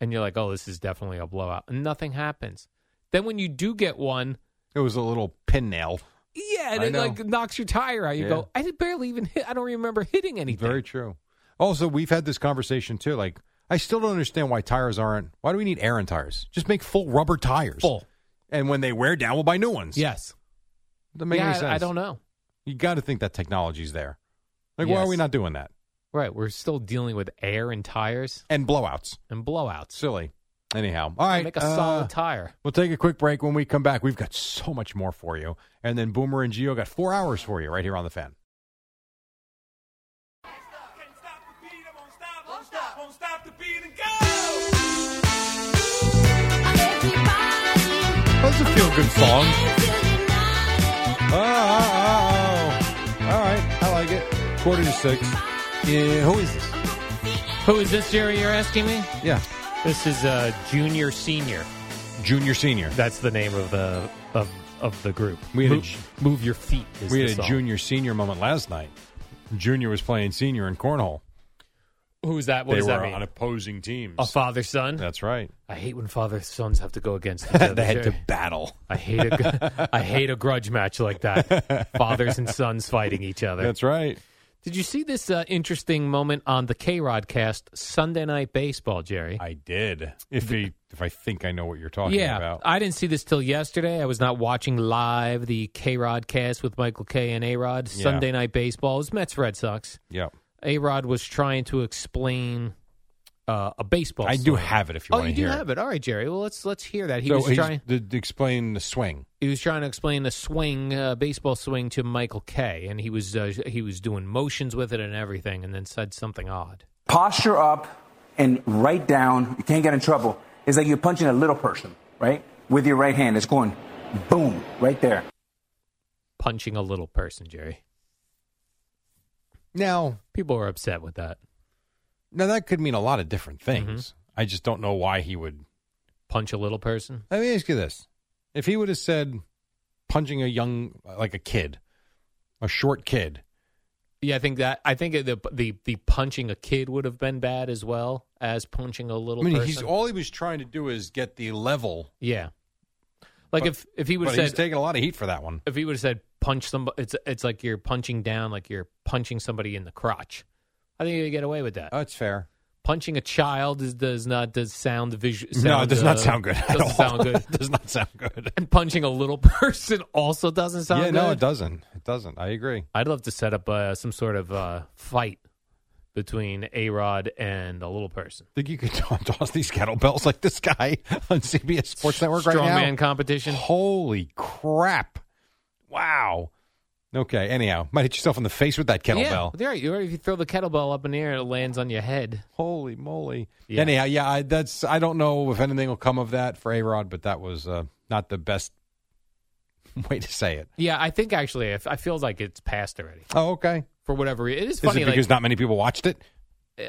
S2: and you're like, oh, this is definitely a blowout. And nothing happens. Then when you do get one,
S3: It was a little pin nail.
S2: yeah, and
S3: I
S2: it
S3: know.
S2: like knocks your tire out. You
S3: Yeah.
S2: go, I did barely even hit. I don't remember hitting anything.
S3: Very true. Also, we've had this conversation too. Like, I still don't understand why tires aren't. Why do we need air in tires? Just make full rubber tires.
S2: Full.
S3: And when they wear down, we'll buy new ones.
S2: Yes.
S3: That makes
S2: yeah,
S3: any
S2: I-
S3: sense.
S2: I don't know.
S3: You got to think that technology's there. Like, why are
S2: Yes.
S3: we not doing that?
S2: Right. We're still dealing with air and tires
S3: And blowouts.
S2: and blowouts.
S3: Silly. Anyhow, all right.
S2: Make a
S3: uh,
S2: solid tire.
S3: We'll take a quick break. When we come back, we've got so much more for you. And then Boomer and Geo got four hours for you right here on the fan. That's a feel good song. Oh, oh, oh, oh. All right. I like it. Quarter to six. Yeah, who is this?
S2: Who is this, Jerry? You're asking me?
S3: Yeah.
S2: This is uh, Junior Senior.
S3: Junior Senior.
S2: That's the name of the of of the group.
S3: We had a
S2: move,
S3: ju-
S2: move your feet. Is
S3: We
S2: the
S3: had a
S2: song.
S3: junior senior moment last night. Junior was playing senior in cornhole.
S2: Who's that? What
S3: they
S2: does
S3: were
S2: that mean?
S3: on opposing teams.
S2: A father son.
S3: That's right.
S2: I hate when father sons have to go against each other.
S3: they had to
S2: Jerry.
S3: battle.
S2: I hate a gr- I hate a grudge match like that. Fathers and sons fighting each other.
S3: That's right.
S2: Did you see this uh, interesting moment on the K Rod cast Sunday Night Baseball, Jerry?
S3: I did. If he, if I think I know what you're talking
S2: yeah,
S3: about.
S2: I didn't see this till yesterday. I was not watching live the K Rod cast with Michael K and A Rod
S3: Yeah.
S2: Sunday Night Baseball. It was Mets Red Sox.
S3: yeah.
S2: A Rod was trying to explain uh, a baseball.
S3: I do
S2: story.
S3: have it if you
S2: Oh,
S3: want
S2: you
S3: to
S2: do
S3: hear
S2: have it. All right, Jerry. Well, let's let's hear that. He
S3: so
S2: was
S3: he's-
S2: trying.
S3: to, to explain the swing.
S2: He was trying to explain a swing, uh, baseball swing, to Michael K, and he was uh, he was doing motions with it and everything, and then said something odd.
S9: posture up and right down. You can't get in trouble. It's like you're punching a little person, right? With your right hand. It's going boom right there.
S2: punching a little person, Jerry.
S3: Now,
S2: People are upset with that.
S3: now that could mean a lot of different things. I just don't know why he would.
S2: Punch a little person.
S3: Let me ask you this: If he would have said punching a young, like a kid, a short kid,
S2: Yeah, I think that I think the the the punching a kid would have been bad as well as punching a little
S3: I mean,
S2: person.
S3: he's all he was trying to do is get the level.
S2: yeah. Like
S3: But-
S2: if if he would
S3: but
S2: have
S3: he's
S2: said
S3: taking a lot of heat for that one.
S2: if he would have said punch somebody, it's it's like you're punching down, like you're punching somebody in the crotch. I think you get away with that.
S3: That's fair.
S2: punching a child is, does not does sound visual.
S3: no, it does not sound good. At
S2: Doesn't
S3: all.
S2: sound good.
S3: does not sound good.
S2: and punching a little person also doesn't sound
S3: yeah,
S2: good.
S3: no, it doesn't. It doesn't. I agree.
S2: I'd love to set up uh, some sort of uh, fight between A Rod and a little person.
S3: Think you could toss these kettlebells like this guy on CBS Sports Network right now?
S2: Strongman competition.
S3: Oh, Holy crap! Wow. Okay. Anyhow, might hit yourself in the face with that kettlebell.
S2: Yeah, there you are. If you throw the kettlebell up in the air, it lands on your head.
S3: Holy moly!
S2: Yeah.
S3: Anyhow, yeah, I, that's I don't know if anything will come of that for A Rod, but that was uh, not the best way to say it.
S2: Yeah, I think actually, I f- I feel like it's passed already
S3: Oh, okay.
S2: for whatever reason. It is
S3: Is
S2: funny,
S3: it because
S2: like
S3: not many people watched it?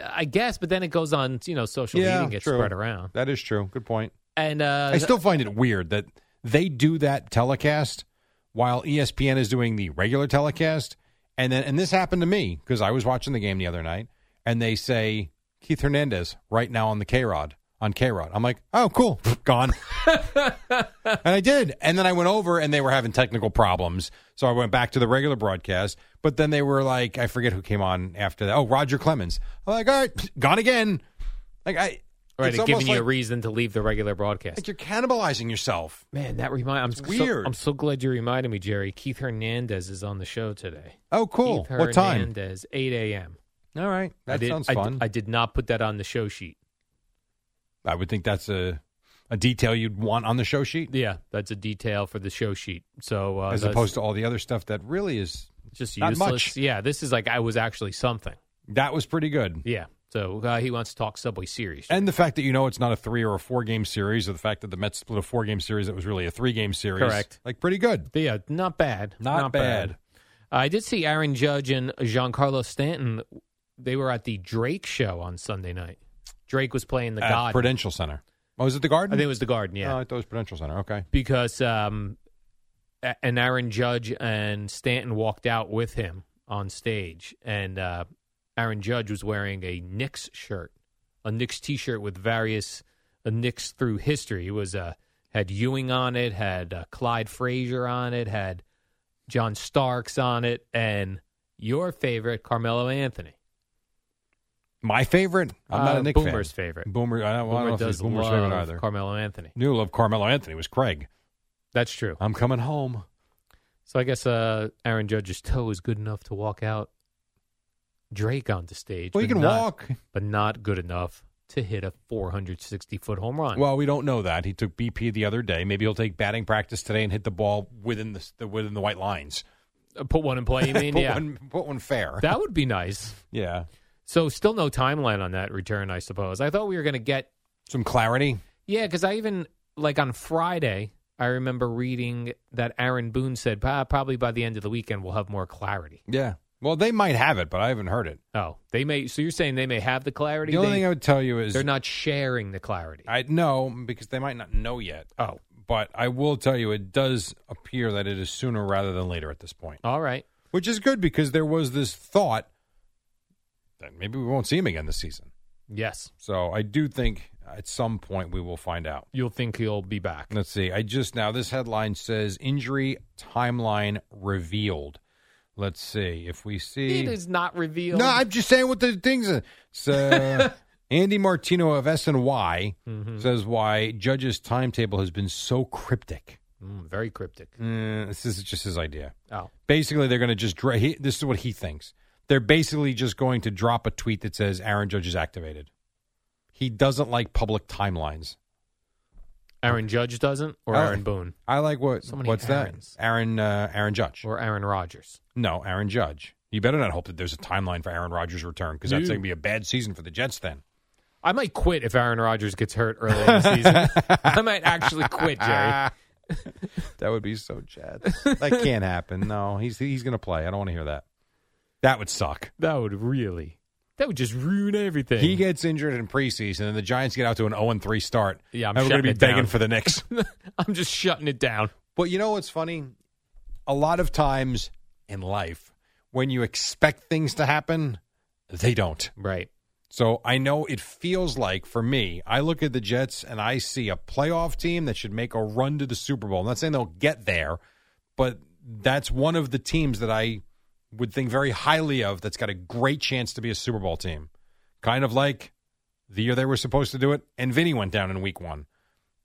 S2: I guess, but then it goes on, you know, social media and gets
S3: true.
S2: spread around.
S3: That is true. Good point.
S2: And uh,
S3: I still find it weird that they do that telecast while E ESPN is doing the regular telecast. And then, and this happened to me because I was watching the game the other night, and they say Keith Hernandez right now on the K Rod on K Rod. I'm like, oh, cool, gone. and I did, and then I went over, and they were having technical problems, so I went back to the regular broadcast. But then they were like, I forget who came on after that. Oh, Roger Clemens. I'm like, all right, gone again. Like I,
S2: right,
S3: it's
S2: and giving
S3: almost
S2: you a
S3: like-
S2: reason to leave the regular broadcast.
S3: like you're cannibalizing yourself.
S2: Man, that remind. I'm
S3: It's
S2: so-
S3: weird.
S2: I'm so glad you reminded me, Jerry. Keith Hernandez is on the show today.
S3: Oh, cool.
S2: Keith
S3: What time?
S2: Hernandez, 8 a.m.
S3: All right.
S2: I
S3: That
S2: did-
S3: sounds
S2: I-
S3: fun.
S2: I, did not put that on the show sheet.
S3: I would think that's a, a detail you'd want on the show sheet
S2: Yeah, that's a detail for the show sheet. So uh,
S3: as
S2: that's
S3: opposed to all the other stuff that really is.
S2: just
S3: not
S2: useless.
S3: much.
S2: Yeah, this is like I was actually something.
S3: That was pretty good.
S2: Yeah, So uh, he wants to talk Subway Series.
S3: And the fact that you know it's not a three or a four game series, or the fact that the Mets split a four game series that was really a three game series.
S2: Correct.
S3: Like pretty good.
S2: Yeah, not bad.
S3: Not bad.
S2: I did see Aaron Judge and Giancarlo Stanton. They were at the Drake show on Sunday night. Drake was playing the
S3: At
S2: God.
S3: Prudential Center. Oh, was it the Garden?
S2: I think it was the Garden, yeah.
S3: Oh, I thought it was Prudential Center. Okay.
S2: because um, a- and Aaron Judge and Stanton walked out with him on stage, and uh, Aaron Judge was wearing a Knicks shirt, a Knicks T-shirt with various uh, Knicks through history. It was uh, had Ewing on it, had uh, Clyde Frazier on it, had John Starks on it, and your favorite Carmelo Anthony.
S3: My favorite. I'm not
S2: Uh,
S3: a Nick
S2: Boomer's
S3: fan.
S2: favorite.
S3: Boomer. I don't, I don't
S2: Boomer
S3: know if he's
S2: does
S3: Boomer's
S2: love
S3: favorite either.
S2: Carmelo Anthony.
S3: Knew love Carmelo Anthony was Craig.
S2: That's true.
S3: I'm coming home.
S2: So I guess uh, Aaron Judge's toe is good enough to walk out Drake onto stage.
S3: Well, he
S2: but
S3: can
S2: not-
S3: walk.
S2: but not good enough to hit a 460 foot home run.
S3: Well, we don't know that. He took BP the other day. Maybe he'll take batting practice today and hit the ball within the, the within the white lines.
S2: Uh, put one in play. You mean
S3: Put
S2: yeah?
S3: one- put one fair.
S2: That would be nice.
S3: Yeah.
S2: So still no timeline on that return, I suppose. I thought we were going to get
S3: some clarity.
S2: Yeah, because I even like on Friday, I remember reading that Aaron Boone said "Pa- probably by the end of the weekend we'll have more clarity.
S3: Yeah. Well, they might have it, but I haven't heard it.
S2: Oh, they may. So you're saying they may have the clarity.
S3: The only
S2: They-
S3: thing I would tell you is
S2: they're not sharing the clarity.
S3: I no, because they might not know yet.
S2: Oh,
S3: but I will tell you, it does appear that it is sooner rather than later at this point.
S2: All right,
S3: which is good because there was this thought that maybe we won't see him again this season.
S2: Yes,
S3: So I do think at some point we will find out.
S2: you'll think he'll be back.
S3: Let's see. I just now this headline says injury timeline revealed. Let's see if we see.
S2: It is not revealed.
S3: No, I'm just saying what the things are. So Andy Martino of SNY
S2: Mm-hmm.
S3: says why Judge's timetable has been so cryptic.
S2: Mm, very cryptic.
S3: Mm, this is just his idea.
S2: Oh.
S3: Basically, they're going to just. Dra- he, this is what he thinks. They're basically just going to drop a tweet that says Aaron Judge is activated. He doesn't like public timelines.
S2: Aaron Judge doesn't, or
S3: I-
S2: Aaron Boone,
S3: I like what.
S2: So many
S3: what's
S2: Aarons.
S3: that? Aaron uh, Aaron Judge.
S2: or Aaron Rodgers.
S3: No, Aaron Judge. You better not hope that there's a timeline for Aaron Rodgers' return because that's
S2: No.
S3: going to be a bad season for the Jets then.
S2: I might quit if Aaron Rodgers gets hurt early in the season. I might actually quit, Jerry.
S3: Ah. that would be so Jets. that can't happen. No, he's he's going to play. I don't want to hear that. That would suck.
S2: That would really, that would just ruin everything.
S3: He gets injured in preseason, and the Giants get out to an 0 3 start.
S2: Yeah, I'm
S3: and we're gonna
S2: shutting
S3: be
S2: it down.
S3: begging for the Knicks.
S2: I'm just shutting it down.
S3: but you know what's funny? A lot of times in life, when you expect things to happen, they don't.
S2: Right.
S3: So I know it feels like for me, I look at the Jets and I see a playoff team that should make a run to the Super Bowl. I'm not saying they'll get there, but that's one of the teams that I would think very highly of that's got a great chance to be a Super Bowl team. Kind of like the year they were supposed to do it and Vinny went down in week one.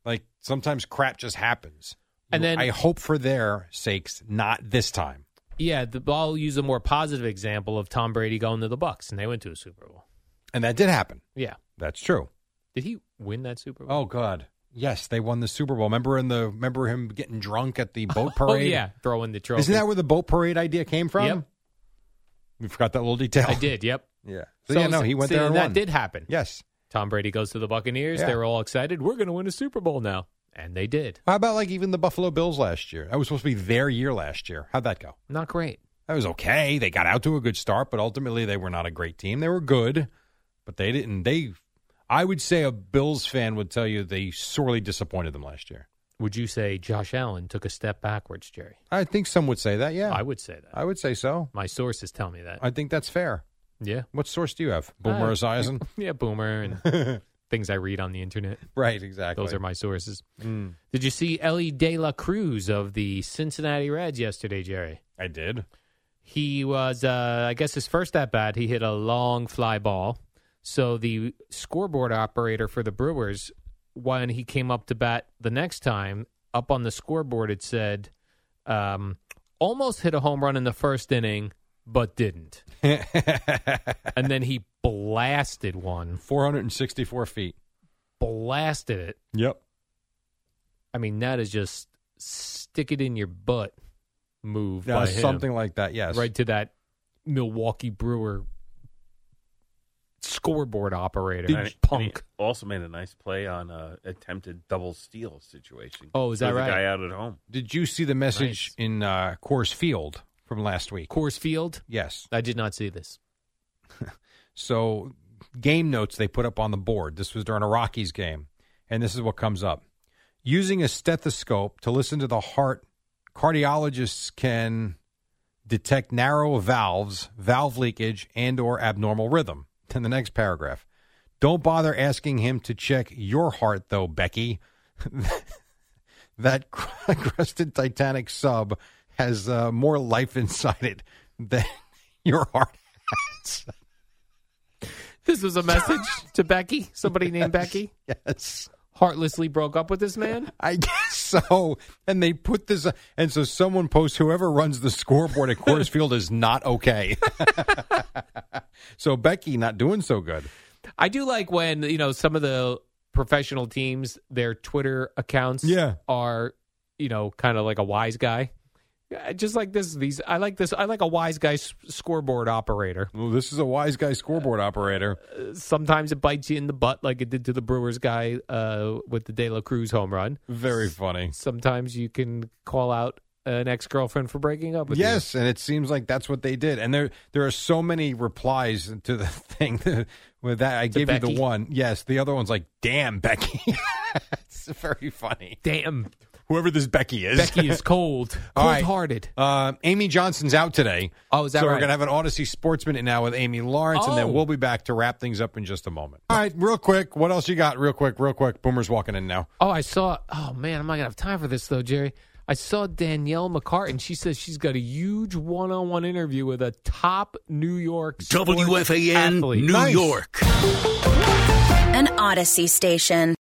S3: Like sometimes crap just happens.
S2: And then-
S3: I hope for their sakes, not this time.
S2: Yeah, the, I'll use a more positive example of Tom Brady going to the Bucks, and they went to a Super Bowl.
S3: And that did happen.
S2: Yeah.
S3: That's true.
S2: Did he win that Super Bowl?
S3: Oh God, yes, they won the Super Bowl. Remember in the remember him getting drunk at the boat parade?
S2: Oh, yeah, throwing the trophy.
S3: isn't that where the boat parade idea came from?
S2: Yep.
S3: We forgot that little detail.
S2: I did. Yep.
S3: Yeah. So, yeah, no, he went
S2: see,
S3: there and
S2: that
S3: won.
S2: did happen.
S3: Yes.
S2: Tom Brady goes to the Buccaneers.
S3: Yeah.
S2: They were all excited. We're going to win a Super Bowl now, and they did.
S3: How about like even the Buffalo Bills last year? That was supposed to be their year last year. How'd that go?
S2: Not great.
S3: That was okay. They got out to a good start, but ultimately they were not a great team. They were good, but they didn't. They, I would say, a Bills fan would tell you they sorely disappointed them last year.
S2: Would you say Josh Allen took a step backwards, Jerry?
S3: I think some would say that. Yeah,
S2: I would say that.
S3: I would say so.
S2: My sources tell me that.
S3: I think that's fair.
S2: yeah.
S3: What source do you have? Boomer
S2: Uh,
S3: Esiason?
S2: Yeah, Boomer and things I read on the internet.
S3: right, exactly.
S2: Those are my sources.
S3: Mm.
S2: Did you see Ellie De La Cruz of the Cincinnati Reds yesterday, Jerry?
S3: I did.
S2: He was, uh, I guess, his first at bat. He hit a long fly ball. So the scoreboard operator for the Brewers, when he came up to bat the next time, up on the scoreboard it said, um, almost hit a home run in the first inning, but didn't. and then he blasted one,
S3: 464 feet.
S2: blasted it.
S3: Yep.
S2: I mean, that is just stick it in your butt move
S3: Yeah,
S2: by him.
S3: something like that, yes.
S2: right to that Milwaukee Brewer scoreboard operator.
S8: And he-
S2: punk.
S8: and he oh, also made a nice play on a attempted double steal situation.
S2: Oh, is that
S8: Throw the
S2: right?
S8: guy out at home.
S3: Did you see the message in uh, Coors Field from last week?
S2: Coors Field?
S3: Yes.
S2: I did not see this.
S3: so, game notes they put up on the board. This was during a Rockies game, and this is what comes up. Using a stethoscope to listen to the heart, cardiologists can detect narrow valves, valve leakage, and or abnormal rhythm. Then the next paragraph. Don't bother asking him to check your heart though, Becky. that crested Titanic sub has uh, more life inside it than your heart has.
S2: This was a message to Becky. Somebody named Becky.
S3: Yes.
S2: Heartlessly broke up with this man.
S3: I guess so. And they put this, and so someone posts whoever runs the scoreboard at Coors Field is not okay. so Becky not doing so good.
S2: I do like when you know some of the professional teams, their Twitter accounts,
S3: Yeah.
S2: are you know kind of like a wise guy. Yeah, Just like this, these I like this. I like a wise guy s- scoreboard operator.
S3: Well, this is a wise guy scoreboard operator.
S2: Sometimes it bites you in the butt, like it did to the Brewers guy uh, with the De La Cruz home run.
S3: Very funny.
S2: Sometimes you can call out an ex girlfriend for breaking up with you.
S3: Yes, and it seems like that's what they did. And there there are so many replies to the thing with that. I
S2: To
S3: gave you
S2: Becky?
S3: the one. Yes, the other one's like, "Damn, Becky." it's very funny.
S2: Damn,
S3: whoever this Becky is.
S2: Becky is cold,
S3: All right.
S2: cold-hearted.
S3: Uh, Amy Johnson's out today.
S2: Oh, is that
S3: so we're
S2: right?
S3: gonna have an Odyssey Sports Minute now with Amy Lawrence, and
S2: Oh.
S3: then we'll be back to wrap things up in just a moment. All right, real quick. What else you got? Real quick, real quick. Boomer's walking in now.
S2: Oh, I saw. Oh man, I'm not gonna have time for this though, Jerry. I saw Danielle McCartan. She says she's got a huge one-on-one interview with a top New York sports
S10: WFAN
S2: athlete.
S10: New
S2: Nice.
S10: York.
S11: An Odyssey station.